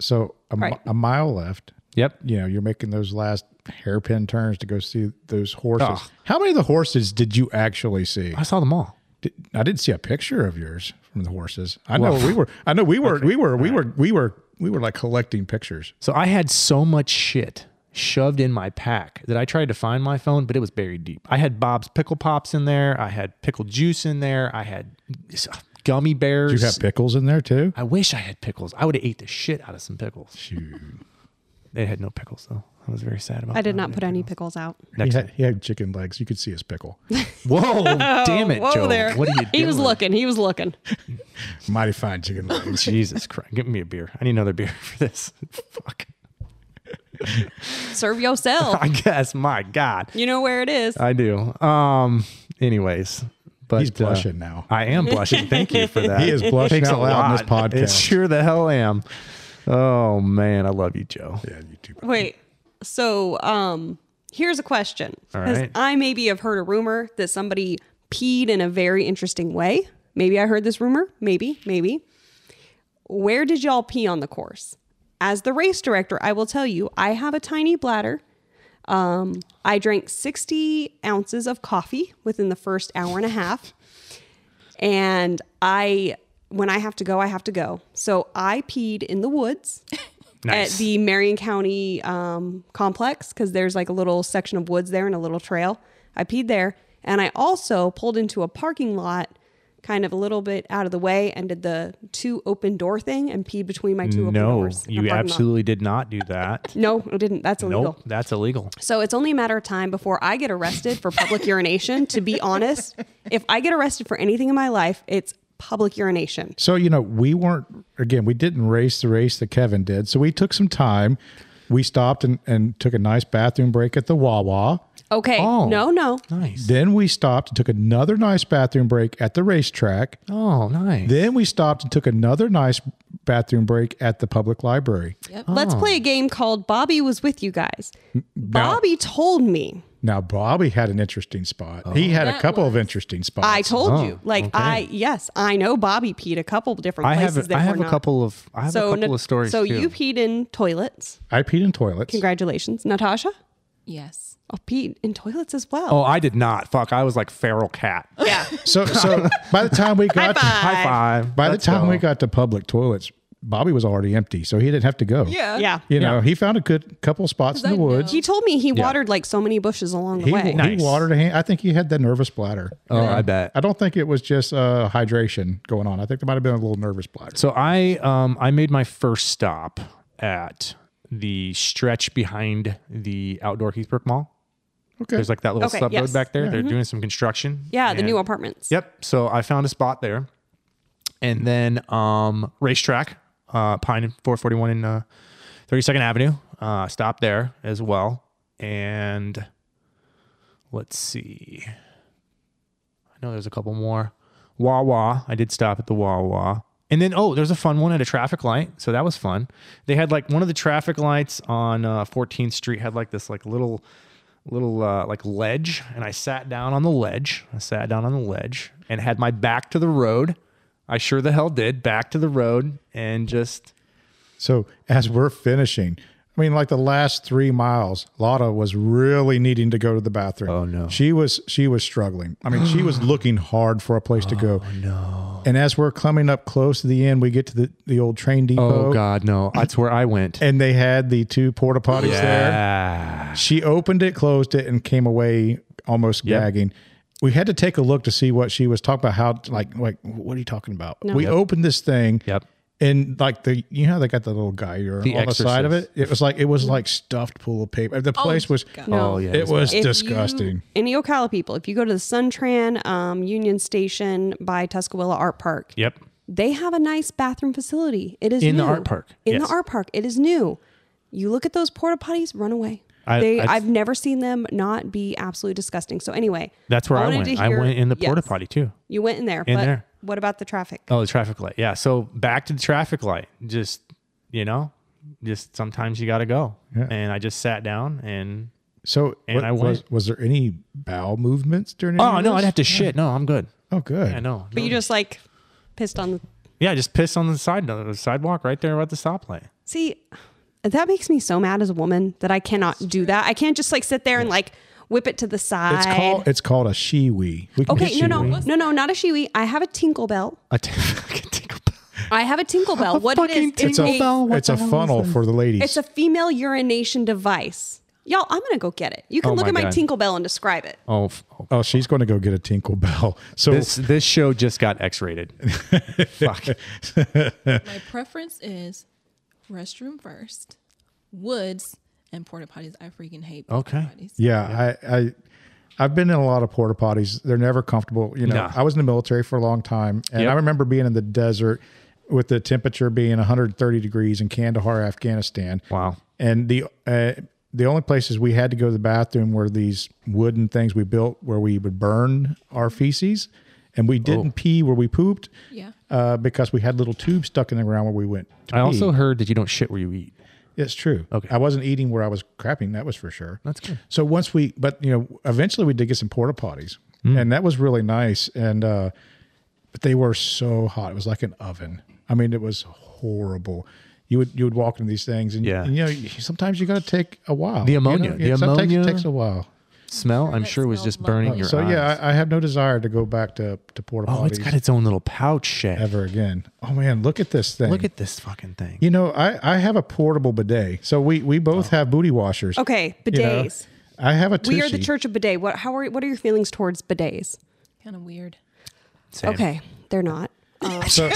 so a, mi- Right. a mile left. Yep. You know, you're making those last hairpin turns to go see those horses. Ugh. How many of the horses did you actually see? I saw them all. Did- I didn't see a picture of yours from the horses. I know we were. I know we were. We were. We were. We were. We were like collecting pictures. So I had so much shit shoved in my pack that I tried to find my phone, but it was buried deep. I had Bob's pickle pops in there. I had pickle juice in there. I had s- gummy bears. You have pickles in there too. I wish I had pickles. I would have ate the shit out of some pickles. Shoot. They had no pickles though. I was very sad about. I did that. not put any pickles out. He Next had, he had chicken legs. You could see his pickle. Whoa! damn it, Whoa Joe. there. What are you doing? He was looking. He was looking. Mighty fine chicken legs. Jesus Christ! Give me a beer. I need another beer for this. Fuck. Serve yourself. I guess. My God. You know where it is. I do. Um. Anyways, but He's uh, blushing now. I am blushing. Thank you for that. He is blushing Thanks out a loud in this lot. It podcast. sure the hell am. Oh man, I love you, Joe. Yeah, you too. Wait. So, um, here's a question. All 'Cause right. I maybe have heard a rumor that somebody peed in a very interesting way. Maybe I heard this rumor. Maybe, maybe. Where did y'all pee on the course? As the race director, I will tell you, I have a tiny bladder. Um, I drank 60 ounces of coffee within the first hour and a half. And I, when I have to go, I have to go. So I peed in the woods Nice. at the Marion County um, complex because there's like a little section of woods there and a little trail. I peed there. And I also pulled into a parking lot kind of a little bit out of the way and did the two open door thing and peed between my two open no, doors. in a you parking lot. absolutely did not do that. No, I didn't. That's illegal. nope, that's illegal. So it's only a matter of time before I get arrested for public urination. To be honest, if I get arrested for anything in my life, it's public urination. So you know, we weren't again. We didn't race the race that Kevin did. So we took some time. We stopped and, and took a nice bathroom break at the Wawa. Okay. Oh. No, no. Nice. Then we stopped and took another nice bathroom break at the racetrack. Oh, nice. Then we stopped and took another nice bathroom break at the public library. Let's Oh. play a game called Bobby was with you guys. Bobby told me. Now Bobby had an interesting spot. he had a Oh. That couple of was- interesting spots. I told Oh, you. Like okay. I yes, I know Bobby peed a couple different I places have that a, I have were a not. couple of I have a couple Nat- of stories. So too. you peed in toilets. I peed in toilets. Congratulations, Natasha. yes. I peed in toilets as well. Oh, I did not. Fuck, I was like feral cat. Yeah. So so by the time we got to- High five. by Let's the time go. we got to public toilets, Bobby was already empty, so he didn't have to go. Yeah. yeah. You know, he found a good couple spots in the I know. woods. He told me he watered like so many bushes along the He, way. he Nice. watered a hand. I think he had the nervous bladder. Oh, I bet. I don't think it was just uh, hydration going on. I think there might have been a little nervous bladder. So I um I made my first stop at the stretch behind the outdoor Heathbrook Mall. Okay. There's like that little Okay, sub yes. road back there. They're doing some construction. Yeah, the and- new apartments. Yep. So I found a spot there, and then um racetrack, uh Pine and 441 and uh, 32nd Avenue. Uh, stopped there as well, and let's see. I know there's a couple more. Wawa. I did stop at the Wawa. And then, oh, there's a fun one at a traffic light. So that was fun. They had like one of the traffic lights on uh, 14th Street had like this like little, little uh, like ledge. And I sat down on the ledge. I sat down on the ledge and had my back to the road. I sure the hell did. Back to the road and just So Mm-hmm. as we're finishing, I mean, like the last three miles, Lotta was really needing to go to the bathroom. Oh no. she was she was struggling. I mean, she was looking hard for a place to go. Oh, no! And as we're coming up close to the end, we get to the the old train depot. oh god no, that's where I went. And they had the two porta potties there. Yeah. She opened it, closed it, and came away almost gagging. We had to take a look to see what she was talking about. How like like what are you talking about? We opened this thing. Yep. And like the you know how they got the little guy on The the side of it. Exorcist. It was like it was like stuffed pool of paper. The place was God. No. Oh yeah. it was If you- disgusting. any Ocala people, if you go to the Suntran um, Union Station by Tuscaloosa Art Park, Yep. they have a nice bathroom facility. It is In the new. art park, In yes. the art park, it is new. You look at those porta potties, run away. I- they, I- I've never seen them not be absolutely disgusting. So anyway, That's where I, wanted went. to I hear- went in the yes. porta potty too. You went in there, In but there. what about the traffic? Oh, the traffic light. Yeah. So back to the traffic light. Just you know, just sometimes you got to go. Yeah. And I just sat down and So And what- I was went. was there any bowel movements during? any oh of no, I'd this? have to shit. No, I'm good. Oh good. I know. But you just like pissed on the. yeah, just piss on the side the sidewalk right there at the stoplight. See, that makes me so mad as a woman that I cannot do that. I can't just like sit there and like whip it to the side. It's called it's called a shiwi. We can Okay, get no, no, shiwi. no, no, not a shiwi. I have a tinkle bell. I t- I can think about- I have a tinkle bell. what it is? It's a What it's a the hell is funnel this? for the ladies. It's a female urination device. Y'all, I'm gonna go get it. You can Oh look my at my God. tinkle bell and describe it. oh, f- oh, oh, she's going to go get a tinkle bell. So this this show just got X-rated. Fuck. My preference is restroom first, woods, and porta potties. I freaking hate porta Okay. potties. Yeah, I, I I've been in a lot of porta potties. They're never comfortable. You know, Nah. I was in the military for a long time, and Yep. I remember being in the desert with the temperature being 130 degrees in Kandahar, Afghanistan. Wow. And the uh, the only places we had to go to the bathroom were these wooden things we built where we would burn our feces, and we Oh. didn't pee where we pooped. Yeah. Uh, because we had little tubes stuck in the ground where we went. To I also pee. heard that you don't shit where you eat. It's true. Okay. I wasn't eating where I was crapping. That was for sure. That's good. So once we, but you know, eventually we did get some porta potties, Mm. and that was really nice. And uh, but they were so hot; it was like an oven. I mean, it was horrible. You would you would walk into these things, and, Yeah. and, you know, you- sometimes you got to take a while. The you know? ammonia. The Yeah, sometimes ammonia. it takes a while. Smell, sure I'm that sure, was smells just burning lovely. your so eyes. yeah, I, I have no desire to go back to to porta oh, it's potties got its own little pouch shit. ever again. Oh man, look at this thing. Look at this fucking thing. you know, I I have a portable bidet. So we we both Oh. have booty washers. Okay, you know? bidets. I have a. Tushy. we are the church of bidet. What? How are? What are your feelings towards bidets? Kind of weird. Same. Okay, they're not. Um, So,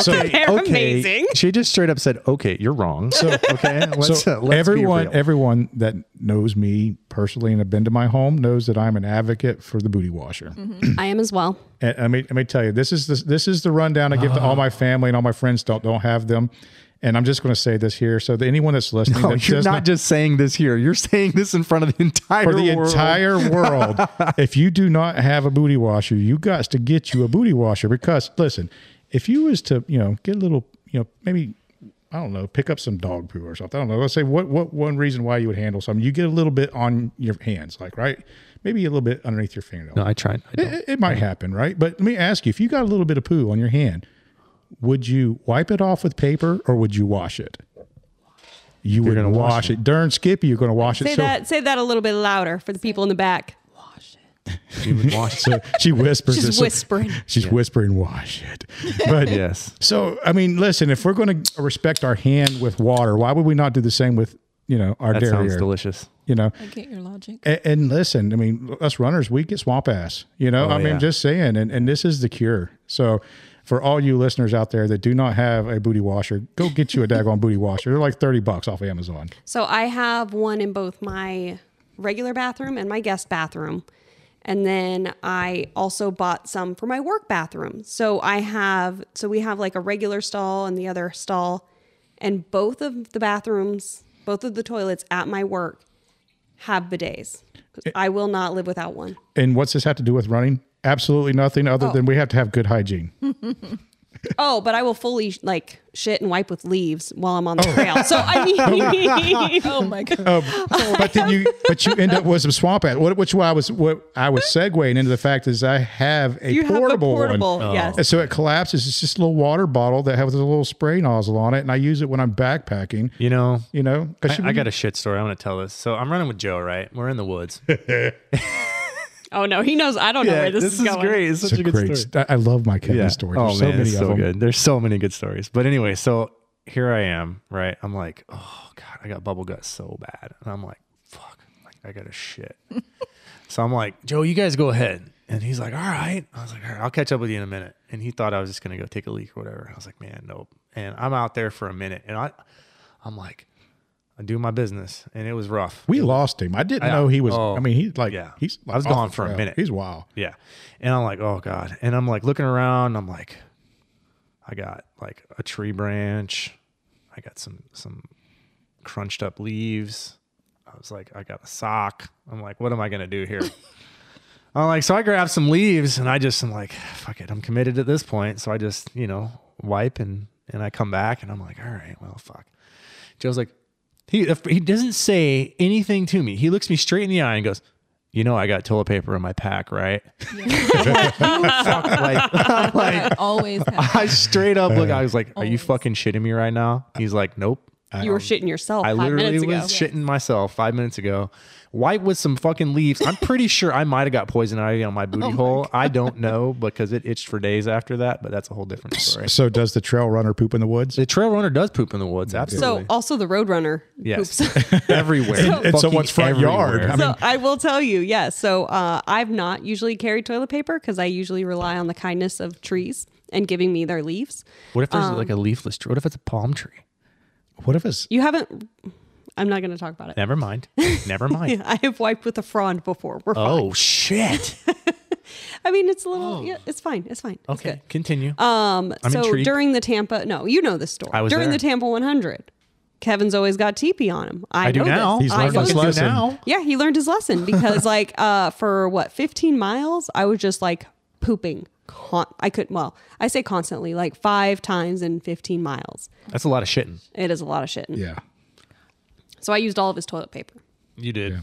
so, they're amazing. She just straight up said, "Okay, you're wrong." So okay, let's, so uh, let's everyone, be real. everyone that knows me personally and have been to my home knows that I'm an advocate for the booty washer. I am as well. And let me let me tell you, this is the, this is the rundown I give Ah. to all my family and all my friends don't don't have them. And I'm just going to say this here, so that anyone that's listening, No, that Oh, you're does not just saying this here. You're saying this in front of the entire for the world. entire world. if you do not have a booty washer, you got to get you a booty washer because listen, if you was to you know get a little you know maybe I don't know pick up some dog poo or something. I don't know. Let's say what what one reason why you would handle something. You get a little bit on your hands, like right, maybe a little bit underneath your fingernail. No, I tried. I It, it- it might happen, right? But let me ask you: if you got a little bit of poo on your hand, would you wipe it off with paper or would you wash it? You would gonna wash wash, it. Darn Skippy, you're going to wash it. Say So- that. Say that a little bit louder for the people in the back. You would wash it. she whispers. She's it, so- whispering. She's whispering, "Wash it." But Yes. So I mean, listen. If we're going to respect our hand with water, why would we not do the same with you know our That sounds derriere? delicious. You know, I get your logic. and, and listen. I mean, us runners, we get swamp ass. You know, Oh, I mean, yeah. just saying. And and this is the cure. So. For all you listeners out there that do not have a booty washer, go get you a daggone booty washer. They're like 30 bucks off Amazon. So I have one in both my regular bathroom and my guest bathroom. And then I also bought some for my work bathroom. So I have, so we have like a regular stall and the other stall. And both of the bathrooms, both of the toilets at my work have bidets. 'Cause I will not live without one. And what's this have to do with running? Absolutely nothing other than we have to have good hygiene. Oh, but I will fully like shit and wipe with leaves while I'm on the trail. So I mean, Oh my god. but then you but you end up with some swamp ass. What, which why I was what I was segueing into the fact is I have a you have a portable, portable. one. Yes. And so it collapses. It's just a little water bottle that has a little spray nozzle on it, and I use it when I'm backpacking. You know, You know, 'cause you- I, I got a shit story. I want to tell this. So I'm running with Joe, right? We're in the woods. Oh no, he knows. I don't know where this, is, going. great. It's such it's a great. st- I love my Kevin story. There's so many Oh, it's of so them. good. There's so many good stories. But anyway, so here I am, right? I'm like, oh god, I got bubble gut so bad, and I'm like, fuck, like I got a shit. so I'm like, Joe, you guys go ahead, and he's like, all right. I was like, all right, I'll catch up with you in a minute. And he thought I was just gonna go take a leak or whatever. I was like, man, nope. And I'm out there for a minute, and I, I'm like, I do my business, and it was rough. We lost him. I didn't know he was. Oh, I mean, he's like, yeah. he's. I was off gone the for a trail. minute. He's wild. Yeah. And I'm like, oh God. And I'm like looking around, I'm like, I got like a tree branch. I got some some crunched up leaves. I was like, I got a sock. I'm like, what am I gonna do here? I'm like, so I grabbed some leaves and I just am like, fuck it, I'm committed at this point. So I just, you know, wipe and and I come back and I'm like, all right, well, fuck. Joe's like, he if he doesn't say anything to me. He looks me straight in the eye and goes, you know, I got toilet paper in my pack, right? Fuck, like, I'm like, That always happens. I straight up look. I was like, "Are you fucking shitting me right now?" He's like, "Nope." You were shitting yourself um, I Oh, five literally minutes was ago. shitting myself five minutes ago. White with some fucking leaves. I'm pretty sure I might have got poison ivy Oh on my booty hole. I don't know because it itched for days after that. But that's a whole different story. So does the trail runner poop in the woods? The trail runner does poop in the woods. Absolutely. So also the roadrunner. yes, poops. everywhere. in Fucking someone's front yard. everywhere. I mean- so I will tell you, yes. so uh, I've not usually carried toilet paper because I usually rely on the kindness of trees and giving me their leaves. what if there's Um, like a leafless tree? What if it's a palm tree? What if it's? You haven't. I'm not going to talk about it. Never mind. Never mind. I have wiped with a frond before. We're fine. Oh shit. I mean, it's a little. Yeah, it's fine. It's fine. It's Okay, good. continue. Um, I'm so intrigued. during the Tampa, no, you know this story. I was during there. the Tampa 100, Kevin's always got TP on him. I, I do know now. This. He's I learned know his this. lesson. now. Yeah, he learned his lesson because like uh for what 15 miles, I was just like pooping. Con- I could well, I say constantly like 5 times in 15 miles. That's a lot of shitting. It is a lot of shit. Yeah. So I used all of his toilet paper. You did.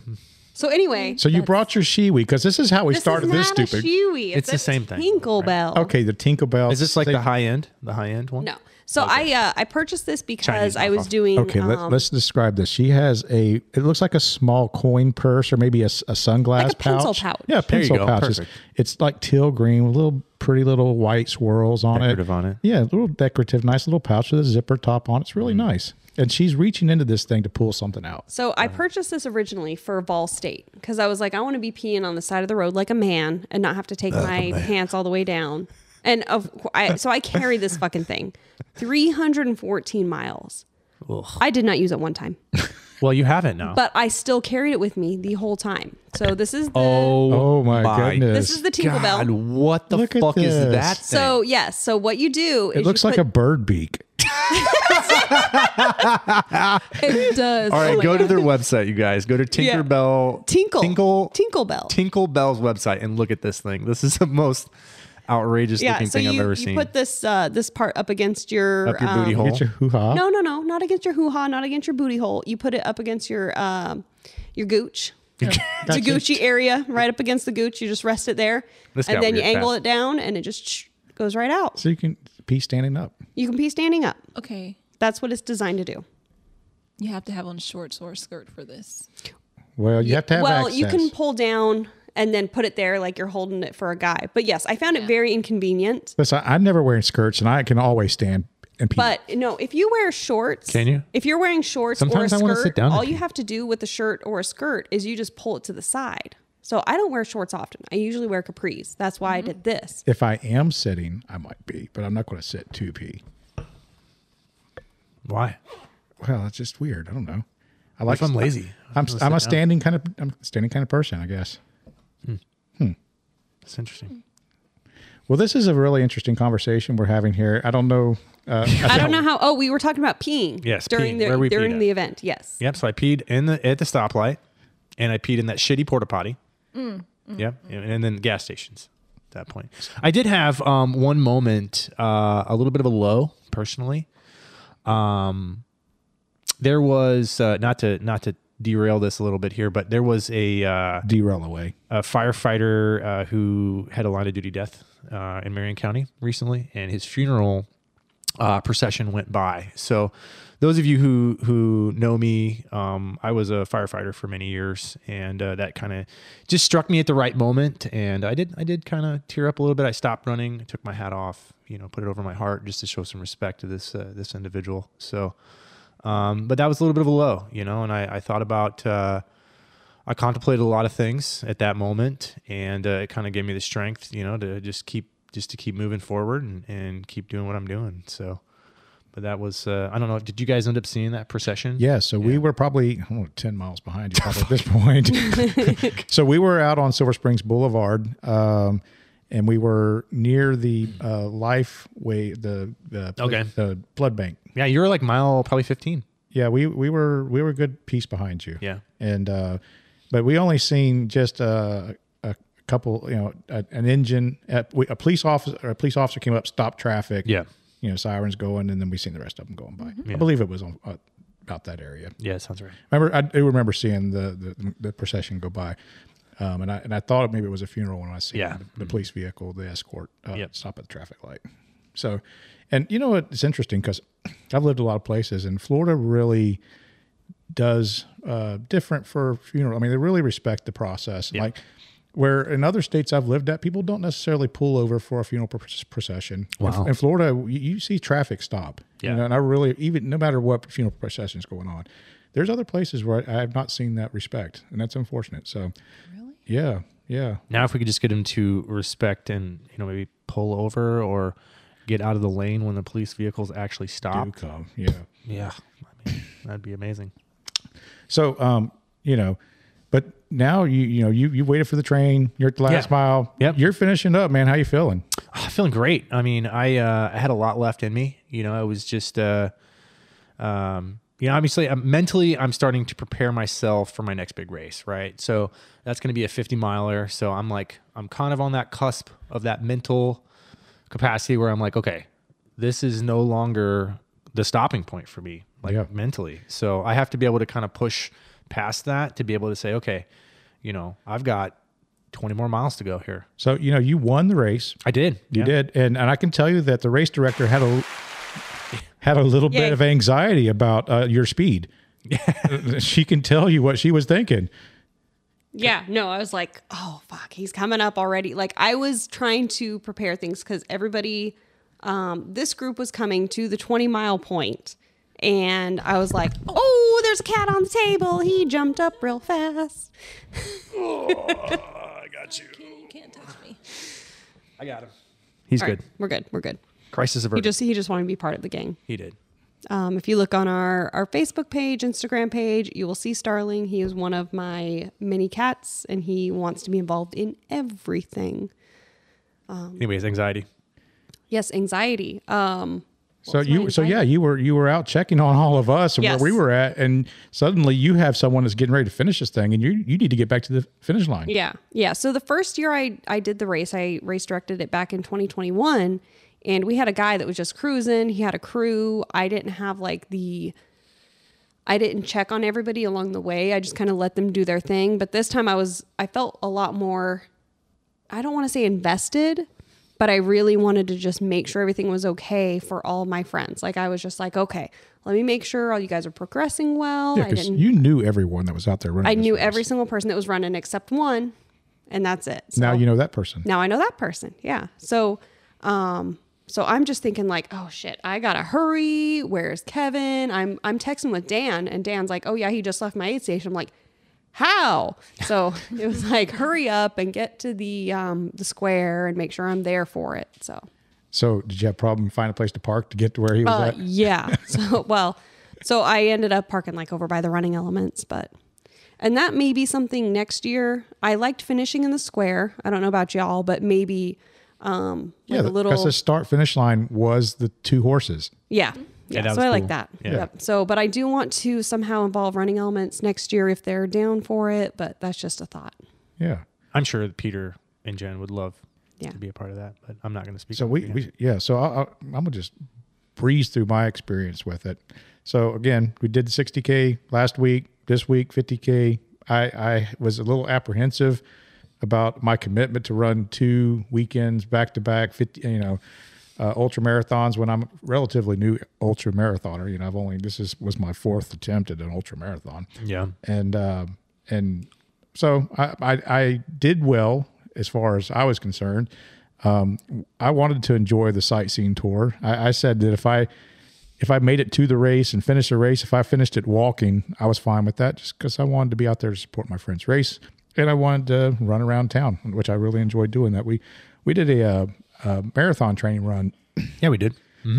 So anyway, So you brought your shiwi because this is how we this started is this not a stupid. shoey. It's the same thing, Tinkle right? bell. okay, the Tinkerbell. Is this like the high end? The high end one? No. So I uh, I purchased this because Chinese I was knockoff. doing Okay, let, um, us describe this. She has a. It looks like a small coin purse or maybe a, s- a sunglass Like a pouch. pencil pouch. Yeah, a There you pencil go, pouch. It's, perfect. it's like teal green with little pretty little white swirls on Decorative it. on it. Yeah, a little decorative, nice little pouch with a zipper top on. it. It's really Mm. nice. And she's reaching into this thing to pull something out. So I Uh-huh. purchased this originally for Ball State because I was like, I want to be peeing on the side of the road like a man and not have to take my pants all the way down. And of cour- I, so I carry this fucking thing, 314 miles. I did not use it one time, Well, you haven't now. but I still carried it with me the whole time. So this is the Oh my, goodness! this is the Tinkle God, Bell. what the Look at fuck is this. that? Thing? So yes, so what you do is it looks you like put- a bird beak. It does. all right, Oh my go to God. their website, you guys. Go to Yeah. Tinkerbell tinkle Tinkle tinkle bell. Tinkle Bell's website and look at this thing. This is the most outrageous yeah, looking so thing you, I've ever you seen. put this uh, this part up against your Up your booty um, hole. Get your hoo ha. No, no, no, not against your hoo ha, not against your booty hole. You put it up against your um, your gooch. It's a Gucci area, right up against the gooch. You just rest it there, This got and then you weird angle fast. it down, and it just sh- goes right out. So you can pee standing up. You can pee standing up. Okay. That's what it's designed to do. You have to have on shorts or a skirt for this. Well, you have to have well, access. you can pull down and then put it there like you're holding it for a guy. But yes, I found it very inconvenient. Listen, I'm never wearing skirts, and I can always stand and pee. But no, if you wear shorts, Can you? If you're wearing shorts Sometimes or I a wanna skirt, sit down and all you pee. have to do with a shirt or a skirt is you just pull it to the side. So I don't wear shorts often. I usually wear capris. That's why I did this. if I am sitting, I might be, but I'm not going to sit to pee. Why? Well, that's just weird. I don't know. I like. if I'm lazy? I'm gonna I'm a sit down. standing kind of I'm a standing kind of person, I guess. That's interesting. Well, this is a really interesting conversation we're having here. I don't know. Uh, I don't know how. Oh, we were talking about peeing. Yes, during peeing. the Where we peed during at. the event. Yes. Yep. So I peed in the at the stoplight, and I peed in that shitty porta potty. yep. And then gas stations. that point. I did have um, one moment, uh, a little bit of a low personally. Um, there was uh, not to not to derail this a little bit here, but there was a uh, Derail away. a firefighter uh, who had a line of duty death uh, in Marion County recently, and his funeral uh, procession went by. So, those of you who who know me, um, I was a firefighter for many years, and uh, that kind of just struck me at the right moment. And I did I did kind of tear up a little bit. I stopped running, took my hat off, you know, put it over my heart just to show some respect to this uh, this individual. So. Um, but that was a little bit of a low, you know, and I, I thought about uh, I contemplated a lot of things at that moment, and uh, it kind of gave me the strength, you know, to just keep just to keep moving forward and, and keep doing what I'm doing. So, but that was uh, I don't know. Did you guys end up seeing that procession? Yeah, so we were probably oh, 10 miles behind you probably at this point. so we were out on Silver Springs Boulevard um, and we were near the uh, Life Way, the, the, Okay. the blood bank. yeah. You were like mile probably 15. Yeah, we, we were we were a good piece behind you. Yeah. and uh, but we only seen just uh, a couple, you know, a, an engine. A, we, a police officer, a police officer came up, stopped traffic. Yeah. you know, sirens going, and then we seen the rest of them going by. I believe it was on, uh, about that area. Yeah, sounds right. Remember, I do remember seeing the the, the procession go by, um, and I and I thought maybe it was a funeral when I see Yeah. the, the police vehicle, the escort, uh, Yep. stop at the traffic light. So, and you know what? It's interesting because I've lived a lot of places, and Florida really does uh, different for funeral. I mean, they really respect the process. Like where in other states I've lived at, people don't necessarily pull over for a funeral pro- procession. In- Wow. In, Florida, you, you see traffic stop. you Yeah. know, and I really, even no matter what funeral procession is going on, there's other places where I, I have not seen that respect, and that's unfortunate. So, really, yeah, yeah. Now, if we could just get him to respect and you know maybe pull over or get out of the lane when the police vehicles actually stop. Do come, yeah. Yeah, I mean, that'd be amazing. So, um, you know, but now you you know you you waited for the train. You're at the last Yeah. mile. Yep. You're finishing up, man. How you feeling? I'm feeling great. I mean, I uh, I had a lot left in me. You know, I was just, uh, um, you know, obviously, I'm, mentally, I'm starting to prepare myself for my next big race, right? So that's going to be a 50 miler. So I'm like, I'm kind of on that cusp of that mental capacity where I'm like, okay, this is no longer the stopping point for me, like Yeah. mentally. So I have to be able to kind of push past that to be able to say, okay, you know, I've got 20 more miles to go here. So you know you won the race. I did. You Yeah. did, and and I can tell you that the race director had a had a little Yay. bit of anxiety about uh, your speed. she can tell you what she was thinking. Yeah, no, I was like, oh fuck, he's coming up already. Like I was trying to prepare things because everybody, um, this group was coming to the 20 mile point, and I was like, oh, there's a cat on the table. He jumped up real fast. You can't touch me. I got him. He's All right, good. we're good, we're good. Crisis He averted. just he just wanted to be part of the gang. he did. Um, if you look on our, our Facebook page, Instagram page, you will see Starling. He is one of my many cats, and he wants to be involved in everything. Anyways, anxiety. Yes, anxiety. Um, So you my so anxiety? yeah, you were you were out checking on all of us and Yes. where we were at, and suddenly you have someone that's getting ready to finish this thing, and you you need to get back to the finish line. Yeah. Yeah. So the first year I, I did the race, I race directed it back in 2021. And we had a guy that was just cruising. He had a crew. I didn't have like the, I didn't check on everybody along the way. I just kind of let them do their thing. But this time I was, I felt a lot more, I don't want to say invested, but I really wanted to just make sure everything was okay for all my friends. Like I was just like, okay, let me make sure all you guys are progressing well. I because didn't you knew everyone that was out there running. I this knew race. every single person that was running except one, and that's it. So Now you know that person. now I know that person. Yeah. So, um, so I'm just thinking like, oh shit, I gotta hurry. Where's Kevin? I'm I'm texting with Dan, and Dan's like, oh yeah, he just left my aid station. I'm like, how? So it was like, hurry up and get to the um, the square and make sure I'm there for it. So So did you have a problem finding a place to park to get to where he was uh, at? yeah. So well, so I ended up parking like over by the running elements, but and that may be something next year. I liked finishing in the square. I don't know about y'all, but maybe um like a little because the start finish line was the two horses. yeah. Yeah, that so was I like cool. that. Yeah. Yep. So, but I do want to somehow involve running elements next year if they're down for it, but that's just a thought. Yeah. I'm sure that Peter and Jen would love Yeah. to be a part of that. But I'm not going to speak. So on we, it again. we yeah. So I, I, I'm gonna just breeze through my experience with it. So again, we did the 60k last week. This week, 50k. I I was a little apprehensive about my commitment to run two weekends back to back. 50, you know, uh, ultra marathons when I'm a relatively new ultra marathoner. You know, I've only this is was my fourth attempt at an ultra marathon yeah, and uh, and so I, I I did well as far as I was concerned. Um, I wanted to enjoy the sightseeing tour. I, I said that if I if I made it to the race and finished the race, if I finished it walking, I was fine with that, just because I wanted to be out there to support my friend's race, and I wanted to run around town, which I really enjoyed doing. That we we did a, uh a marathon training run yeah, we did.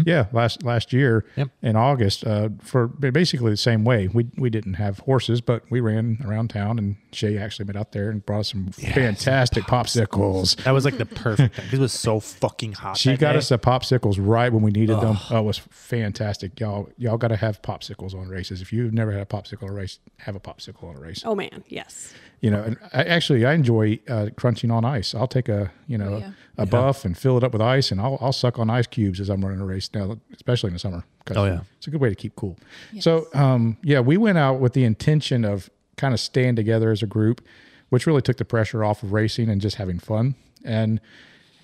yeah, last last year Yep. in August, uh, for basically the same way. We we didn't have horses, but we ran around town, and Shay actually went out there and brought us some fantastic popsicles. That was like the perfect thing. It was so fucking hot. She that got day. us the popsicles right when we needed them. Oh, it was fantastic, y'all. Y'all got to have popsicles on races. If you've never had a popsicle on a race, have a popsicle on a race. Oh man, yes. You know, and I, actually, I enjoy uh, crunching on ice. I'll take a you know yeah. a buff and fill it up with ice, and I'll, I'll suck on ice cubes as I'm running a race now, especially in the summer. 'cause Oh, yeah. it's a good way to keep cool. So um, yeah, we went out with the intention of kind of staying together as a group, which really took the pressure off of racing and just having fun and.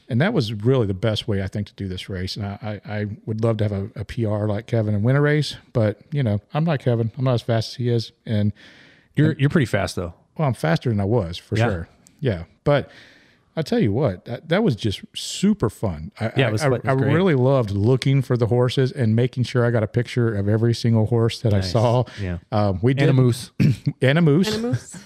And that was really the best way I think to do this race. And I, I, I would love to have a, a PR like Kevin and win a race, but you know, I'm not Kevin. I'm not as fast as he is. And You're you're pretty fast though. well, I'm faster than I was for Yeah. sure. Yeah. But I tell you what, that, that was just super fun. I, Yeah, it was- I, I, it was I great. really loved looking for the horses and making sure I got a picture of every single horse that I saw. Yeah. Um, we did And a moose. and a moose. Moose.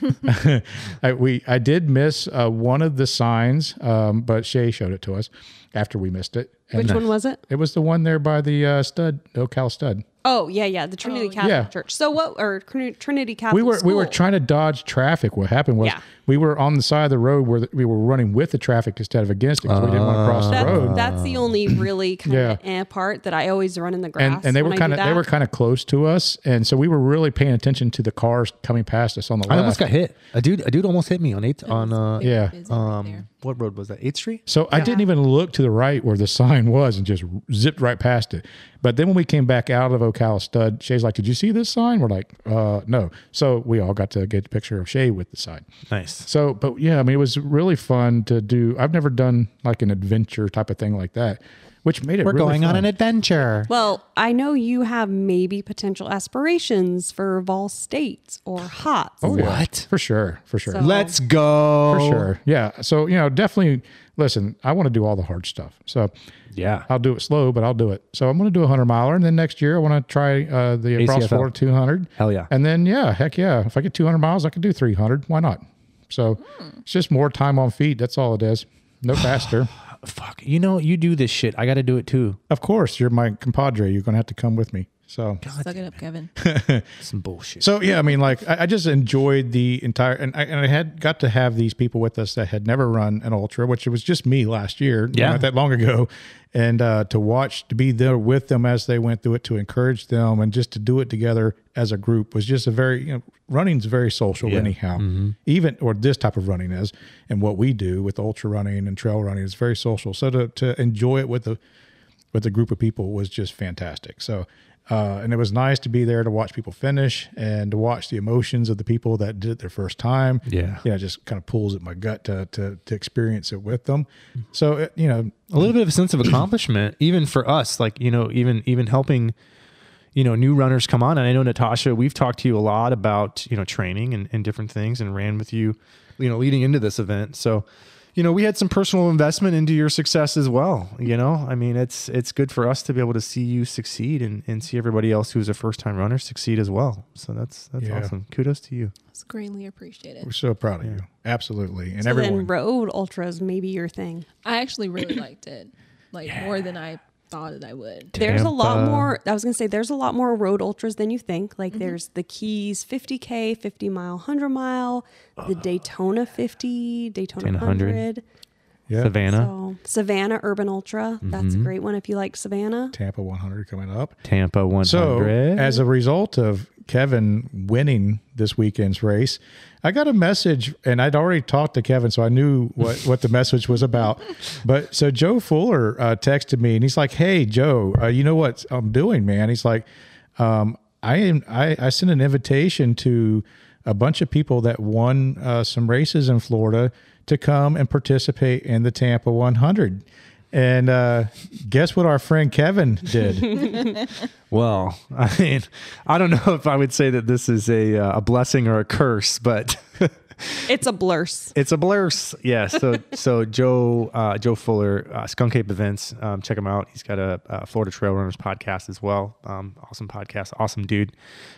I, we I did miss uh, one of the signs, um, but Shay showed it to us after we missed it. And Which one was it? It was the one there by the uh, stud, Cal stud. Oh yeah, yeah, the Trinity Catholic Yeah. Church. So what or Trin- Trinity Catholic? we were we were School. trying to dodge traffic. What happened was Yeah. we were on the side of the road where the, we were running with the traffic instead of against it because we didn't want to cross the That's, road. Ah. that's the only really kind Yeah. of eh part that I always run in the grass. And, and they were when I do kind of they that. were kind of close to us, and so we were really paying attention to the cars coming past us on the left. I almost got hit. A dude, a dude almost hit me on eighth on uh Yeah. Busy right um there. what road was that? Eighth Street. So I didn't even look to the right where the sign was and just zipped right past it. But then when we came back out of Ocala Stud, Shay's like, "Did you see this sign?" We're like, "Uh, no." So we all got to get a picture of Shay with the sign. Nice. So, but yeah, I mean, it was really fun to do. I've never done like an adventure type of thing like that, which made it. We're really going on fun. an adventure. Well, I know you have maybe potential aspirations for Vol State or Hots. Oh, yeah. What? for sure, for sure, So- Let's go. for sure. Yeah. So you know, definitely. Listen, I want to do all the hard stuff. So Yeah. I'll do it slow, but I'll do it. So I'm going to do a hundred miler, and then next year I want to try uh, the across ACFL. Florida 200. Hell yeah. And then yeah, heck yeah, if I get 200 miles, I could do 300. Why not? So it's just more time on feet. That's all it is. No faster. Fuck. You know, you do this shit. I got to do it too. of course, you're my compadre. You're going to have to come with me. So Suck it up, Kevin. Some bullshit. So yeah, I mean, like I, I just enjoyed the entire, and I, and I had got to have these people with us that had never run an ultra, which it was just me last year, Yeah. not that long ago, and uh, to watch, to be there with them as they went through it, to encourage them, and just to do it together as a group was just a very, you know, running's very social anyhow, even or this type of running is, and what we do with ultra running and trail running is very social. So to to enjoy it with the with a group of people was just fantastic. So, uh, and it was nice to be there to watch people finish and to watch the emotions of the people that did it their first time. Yeah. You know, it just kind of pulls at my gut to, to, to experience it with them. So, it, you know, a little bit of a sense of accomplishment, even for us, like, you know, even, even helping, you know, new runners come on. And I know Natasha, we've talked to you a lot about, you know, training and, and different things and ran with you, you know, leading into this event. So, you know, we had some personal investment into your success as well. You know, I mean, it's, it's good for us to be able to see you succeed and, and see everybody else who's a first time runner succeed as well. So that's, that's Yeah. awesome. Kudos to you. It's greatly appreciated. we're so proud of you. Absolutely. And So then everyone. road ultras may be your thing. I actually really liked it, like more than I thought that I would. There's a lot Tampa. more. I was gonna say there's a lot more road ultras than you think. Like there's the Keys 50k, 50 mile, 100 mile, the Daytona 50, Daytona 100. 100, Yeah. Mm-hmm. Savannah, so Savannah Urban Ultra. That's a great one if you like Savannah. Tampa 100 coming up. Tampa 100. So, as a result of Kevin winning this weekend's race, I got a message, and I'd already talked to Kevin, so I knew what, what the message was about. But so Joe Fuller uh, texted me, and he's like, "Hey Joe, uh, you know what I'm doing, man?" He's like, um, "I am. I, I sent an invitation to a bunch of people that won uh, some races in Florida to come and participate in the Tampa 100." And uh, guess what our friend Kevin did? Well, I mean, I don't know if I would say that this is a uh, a blessing or a curse, but It's a blurs. it's a blurs. Yeah. So so Joe uh, Joe Fuller uh, Skunk Ape Events. Um, check him out. He's got a, uh Florida Trail Runners podcast as well. Um, awesome podcast. Awesome dude.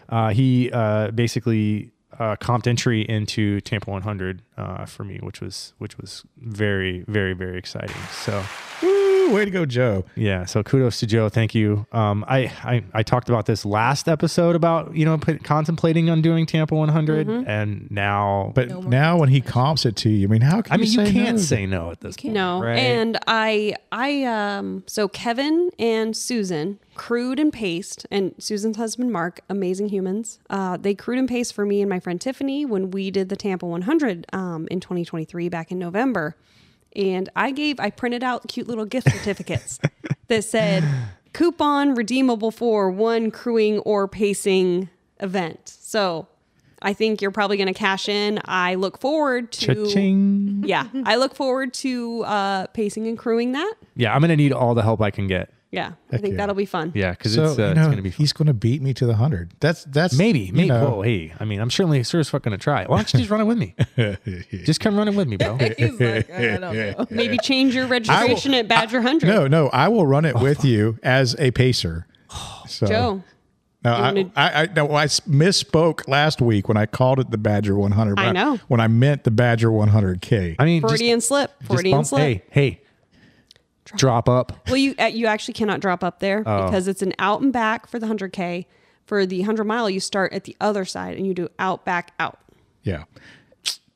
Uh, he uh, basically uh, comped entry into Tampa 100 uh, for me, which was which was very very very exciting. So. Woo, way to go, Joe! Yeah. So kudos to Joe. Thank you. Um, I, I, I talked about this last episode about, you know, put, contemplating on doing Tampa 100 Mm-hmm. and now, But No more now when he comps it to you, I mean, how can I mean, you, say can't no? say no at this point. No. Right. And I I um so Kevin and Susan crewed and paced and Susan's husband Mark, amazing humans. Uh they crewed and paced for me and my friend Tiffany when we did the Tampa 100 um in 2023 back in November. And I gave I printed out cute little gift certificates that said coupon redeemable for one crewing or pacing event. So I think you're probably going to cash in. I look forward to Cha-ching. yeah, I look forward to uh, pacing and crewing that. Yeah. I'm going to need all the help I can get. Yeah, I think yeah. that'll be fun. Yeah. Cause So, it's, uh, you it's know, going to be fun. he's going to beat me to the hundred. That's that's Maybe, you maybe. know. Well, hey, I mean, I'm certainly sure as fuck going to try. it. Why don't you just run it with me? just come run it with me, bro. He's like, I don't know. Oh, Maybe change your registration at Badger Hundred. No, no, I will run it with you as a pacer. So, Joe, no, you I, wanna- I, I, no, I s- misspoke last week when I called it the Badger 100. but I know. when I meant the Badger 100K. I mean, just, Freudian slip, just Freudian bump- slip. hey, hey, drop up. Well, you uh, you actually cannot drop up there Oh. because it's an out and back for the hundred k. For the hundred mile, you start at the other side and you do out back out. Yeah.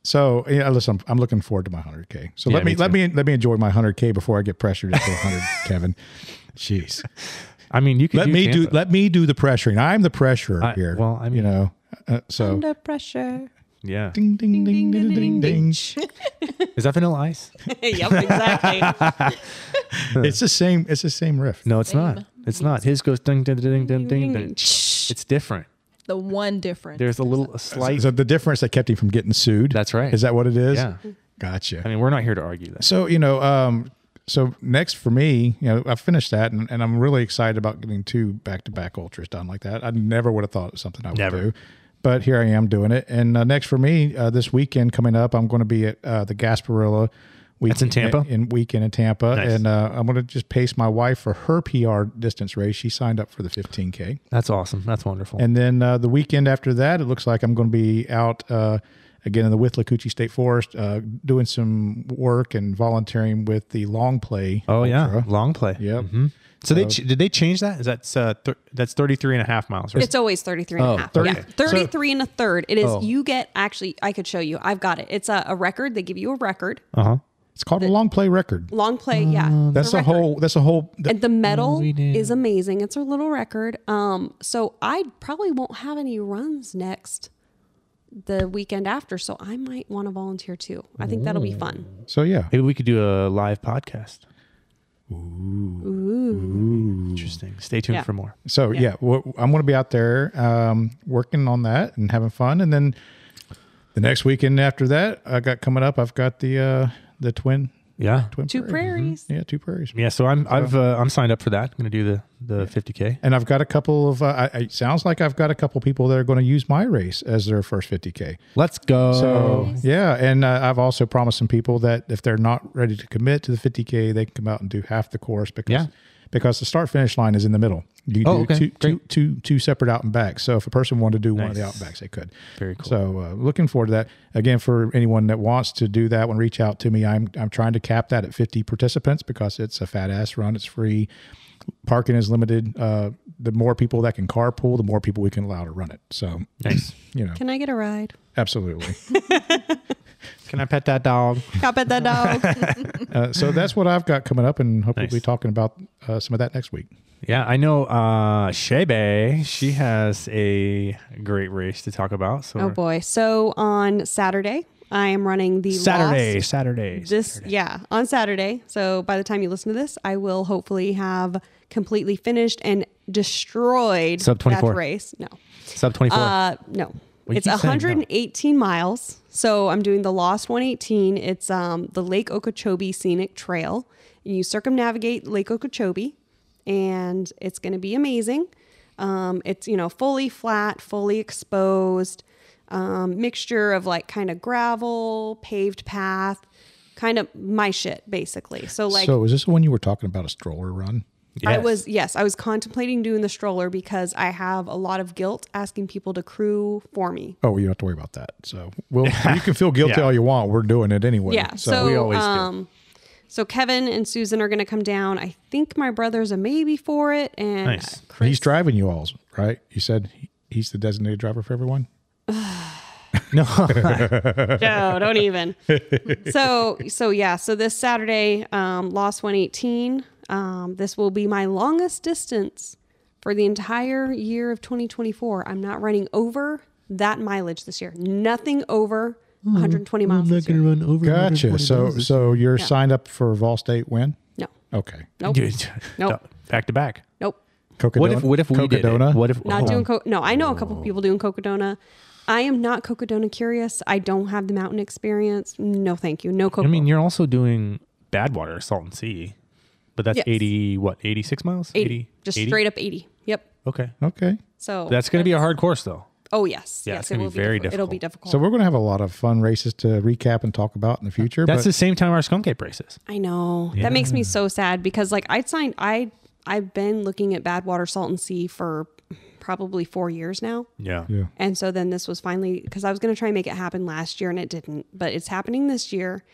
So yeah, listen, I'm, I'm looking forward to my 100K. So Yeah, let me, me let me let me enjoy my 100K before I get pressured into 100, Kevin. Jeez, I mean, you can let do me do Tampa. let me do the pressuring. I'm the pressurer I- here. well, I you mean- know, uh, so Under pressure. Yeah. ding ding ding ding ding ding. ding. Is that Vanilla Ice? yep, exactly. it's the same. It's the same riff. No, it's not. It's not. His goes ding ding ding ding ding ding. It's different. The one difference. There's a little a slight. Is that the difference that kept him from getting sued? That's right. Is that what it is? Yeah. Gotcha. I mean, we're not here to argue that. so you know, um, so next for me, you know, I finished that, and, and I'm really excited about getting two back-to-back ultras done like that. I never would have thought it was something I would Never. do, but here I am doing it. And uh, next for me, uh, this weekend coming up, I'm going to be at uh, the Gasparilla. Week- That's in Tampa? In weekend in Tampa, Nice. and uh, I'm going to just pace my wife for her PR distance race. She signed up for the 15k. That's awesome. That's wonderful. And then uh, the weekend after that, it looks like I'm going to be out uh, again in the Withlacoochee State Forest uh, doing some work and volunteering with the long play. oh yeah, Ultra. long play. Mm-hmm. Yep. So they ch- did they change that? Is that uh, thir- that's 33 and a half miles, right? It's always 33 and Oh, a half. 30. Yeah. Okay. 33 and a third. It is, Oh. you get actually, I could show you. I've got it. It's a, a record. They give you a record. Uh huh. It's called a long play record. Long play. yeah. it's That's a, record. whole. That's a whole. And the medal is amazing. It's a little record. Um, so I probably won't have any runs next the weekend after. So I might want to volunteer too. I think that'll be fun. So yeah, Maybe we could do a live podcast. Ooh. Interesting. Stay tuned Yeah. for more. So yeah, wha- I'm going to be out there um, working on that and having fun, and then the next weekend after that, I got coming up. I've got the uh, the twin Yeah. twin Two prairies. Yeah, two prairies. Yeah. So I'm I've uh, I'm signed up for that. I'm gonna do the the 50k. And I've got a couple of. Uh, I, it sounds like I've got a couple people that are going to use my race as their first 50k. Let's go. So yeah, and uh, I've also promised some people that if they're not ready to commit to the 50k, they can come out and do half the course because Yeah. because the start finish line is in the middle. You Oh, do okay. two, two, Great. two, two separate out and backs. So if a person wanted to do one of the out Nice. and backs, they could. Very cool. So uh, looking forward to that. Again, for anyone that wants to do that one, reach out to me. I'm I'm trying to cap that at 50 participants because it's a fat ass run. It's free. Parking is limited. Uh, the more people that can carpool, the more people we can allow to run it. So nice. you know, Can I get a ride? absolutely. Can I pet that dog? Cop at that dog. Uh, so that's what I've got coming up, and hopefully Nice. we'll be talking about uh, some of that next week. Yeah, I know uh Shebe, she has a great race to talk about. So Oh boy. So on Saturday, I am running the Saturday, Lost- Saturday. This yeah, on Saturday. So by the time you listen to this, I will hopefully have completely finished and destroyed Sub 24. that race. No. Sub 24. Uh no. Well, you it's keep saying no. 118 miles. So I'm doing the Lost 118. It's um, the Lake Okeechobee Scenic Trail. And you circumnavigate Lake Okeechobee, and it's going to be amazing. Um, it's you know fully flat, fully exposed, um, mixture of like kind of gravel, paved path, kind of my shit basically. So like so, is this the one you were talking about, a stroller run? I Yes. was yes, I was contemplating doing the stroller because I have a lot of guilt asking people to crew for me. Oh, well, you don't have to worry about that. So, well, you can feel guilty Yeah. all you want. We're doing it anyway. Yeah. So, we always do. um, So Kevin and Susan are going to come down. I think my brother's a maybe for it, and Nice. Chris- he's driving you all, right? You said he- he's the designated driver for everyone. no, don't even. so so yeah. So this Saturday, um, Lost One Eighteen. Um, this will be my longest distance for the entire year of 2024. I'm not running over that mileage this year. Nothing over 120 miles. This year. run over. Gotcha. So, so you're signed up for Vol State win? No. Okay. Nope. Nope. Back to back. Nope. Cocodona, What if what if we did it? Cocodona? What if Not hold doing on. co- no. I know a couple people doing Cocodona. I am not Cocodona curious. I don't have the mountain experience. No, thank you. No Coco. I mean, you're also doing Badwater, Salt and Sea. But that's Yes. 80 what? 86 miles? 80, just 80? straight up eighty. Yep. Okay. Okay. So That's going to be a hard course though. Oh yes. Yeah, yes, it's gonna it will be very diffi- It'll be difficult. So we're going to have a lot of fun races to recap and talk about in the future. That's but the same time our skunk ape races. I know. That makes me so sad because like I signed I I've been looking at Badwater Salt and Sea for probably four years now. Yeah. yeah. And so then this was finally because I was going to try and make it happen last year and it didn't, but it's happening this year.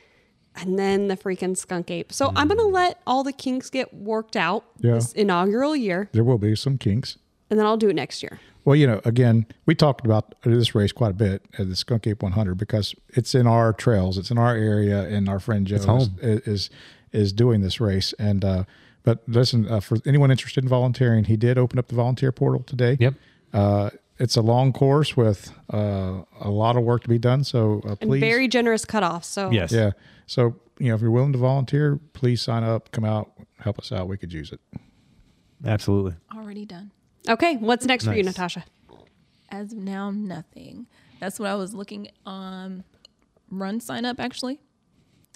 And then the freaking skunk ape. So I'm going to let all the kinks get worked out Yeah. this inaugural year, There will be some kinks. and then I'll do it next year. Well, you know, again, we talked about this race quite a bit at the Skunk Ape 100 because it's in our trails, it's in our area, and our friend Joe is, home. is is doing this race. And uh, but listen, uh, for anyone interested in volunteering, he did open up the volunteer portal today. Yep. Uh, it's a long course with uh, a lot of work to be done. So uh, And please, very generous cutoff. So Yes. yeah. So you know, if you're willing to volunteer, please sign up, come out, help us out. We could use it. Absolutely. Already done. Okay, what's next for you, Nice. Natasha? As of now, nothing. That's what I was looking um run sign up actually.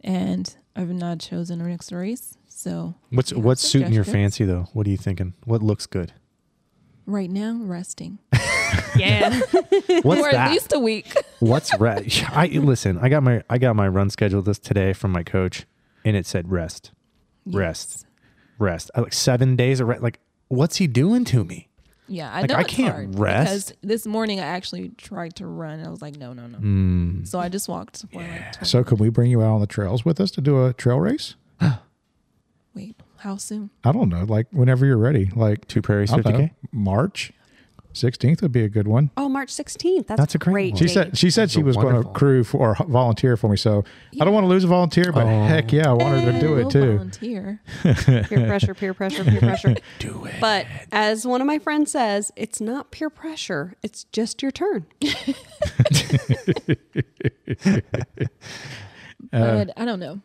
And I've not chosen our next race. So What's what's suiting your suggestions? fancy though? What are you thinking? What looks good? right now, resting. Yeah. What's For at that? least a week. what's rest? I listen. I got my I got my run scheduled this today from my coach, and it said rest, rest, rest. I, like seven days of rest. Like what's he doing to me? Yeah, I Like, know I it's can't hard rest. because this morning I actually tried to run and I was like, no, no, no. Hmm. So I just walked for like 20. So can we bring you out on the trails with us to do a trail race? wait, how soon? I don't know, like whenever you're ready, like Two prairies, I don't fifty know, k. March sixteenth would be a good one. oh, March 16th. That's, That's a a great great. one. She date. said she said she a was going to wonderful- crew for or volunteer for me, so I don't want to lose a volunteer, but Oh. heck yeah, I want her to do it Hey, we'll too. Volunteer. peer pressure, peer pressure, peer pressure. Do it. But as one of my friends says, it's not peer pressure. It's just your turn. Uh, but I don't know.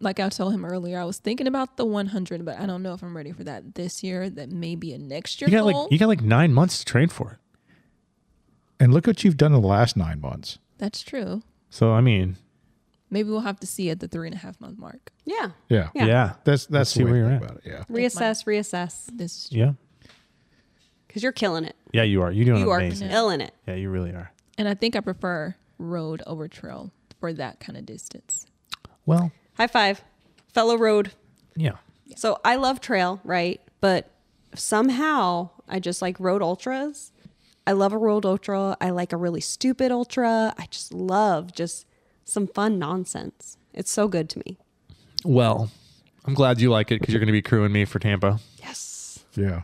Like I told him earlier, I was thinking about the 100, but I don't know if I'm ready for that this year. That may be a next year You got goal. like you got like nine months to train for it. And look what you've done in the last nine months. That's true. So I mean, Maybe we'll have to see at the three and a half month mark. Yeah. Yeah, yeah, Yeah. that's that's see the way where to you're think at. about it. Yeah, Reassess, reassess, This yeah, because you're killing it. yeah. You are. You're doing You are Oh, amazing. killing it. Yeah, you really are. and I think I prefer road over trail for that kind of distance. Well, High five, fellow road. yeah. So I love trail, right? But somehow I just like road ultras. I love a road ultra. I like a really stupid ultra. I just love just some fun nonsense. It's so good to me. Well, I'm glad you like it because you're going to be crewing me for Tampa. Yes. yeah.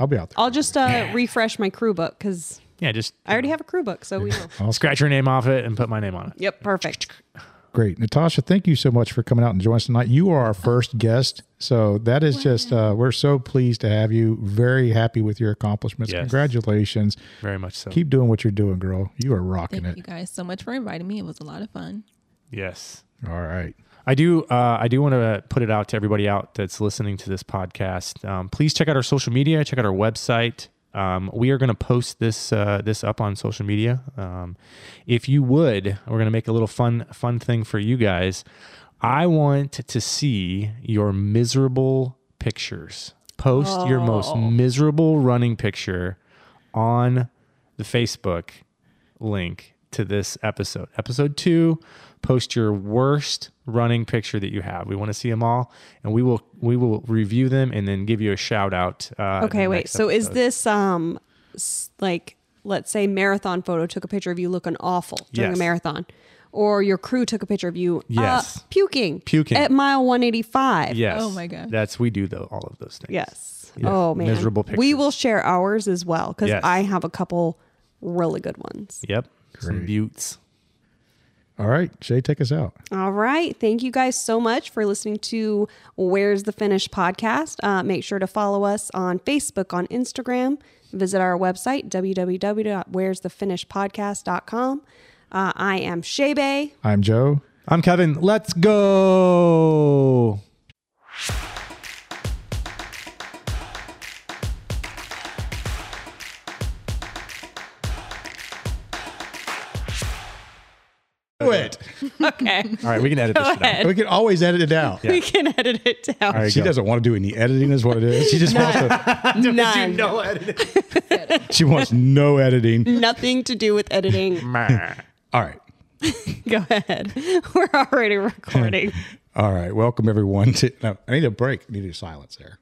I'll be out there. I'll just uh, refresh my crew book because Yeah, just I already have a crew book, so we know. I'll scratch your name off it and put my name on it. yep, perfect. Great. Natasha, thank you so much for coming out and joining us tonight. You are our first guest. So that is just, uh, we're so pleased to have you. Very happy with your accomplishments. Yes. Congratulations. Very much so. Keep doing what you're doing, girl. You are rocking Thank it. you guys so much for inviting me. It was a lot of fun. yes. All right. I do. Uh, I do want to put it out to everybody out that's listening to this podcast. Um, please check out our social media. Check out our website. Um, we are going to post this uh, this up on social media. Um, if you would, we're going to make a little fun fun thing for you guys. I want to see your miserable pictures. Post your most miserable running picture on the Facebook link to this episode. Episode two, post your worst running picture that you have. We want to see them all, and we will we will review them and then give you a shout out. Uh, in Okay, the wait. next So is episode. this um s- like let's say marathon photo took a picture of you looking awful during a Yes. marathon, or your crew took a picture of you Yes. uh, puking Puking. at mile one eighty five. Yes. Oh my God. That's we do though all of those things. Yes. Yeah. Oh man. Miserable We pictures. will share ours as well because Yes. I have a couple really good ones. Yep. Some Great. buttes. All right. Shay, take us out. All right. Thank you guys so much for listening to Where's the Finish podcast. Uh, make sure to follow us on Facebook, on Instagram. Visit our website, www.where'sthefinishpodcast.com. Uh, I am Shay Bay. I'm Joe. I'm Kevin. Let's go. Quit. Okay. All right, we can edit this shit out. We can always edit it out. We can edit it down. All right, She go. doesn't want to do any editing, is what it is. She just wants to, None. she wants no editing. Nothing to do with editing. All right. Go ahead. We're already recording. All right. Welcome everyone to no, I need a break. I need a silence there.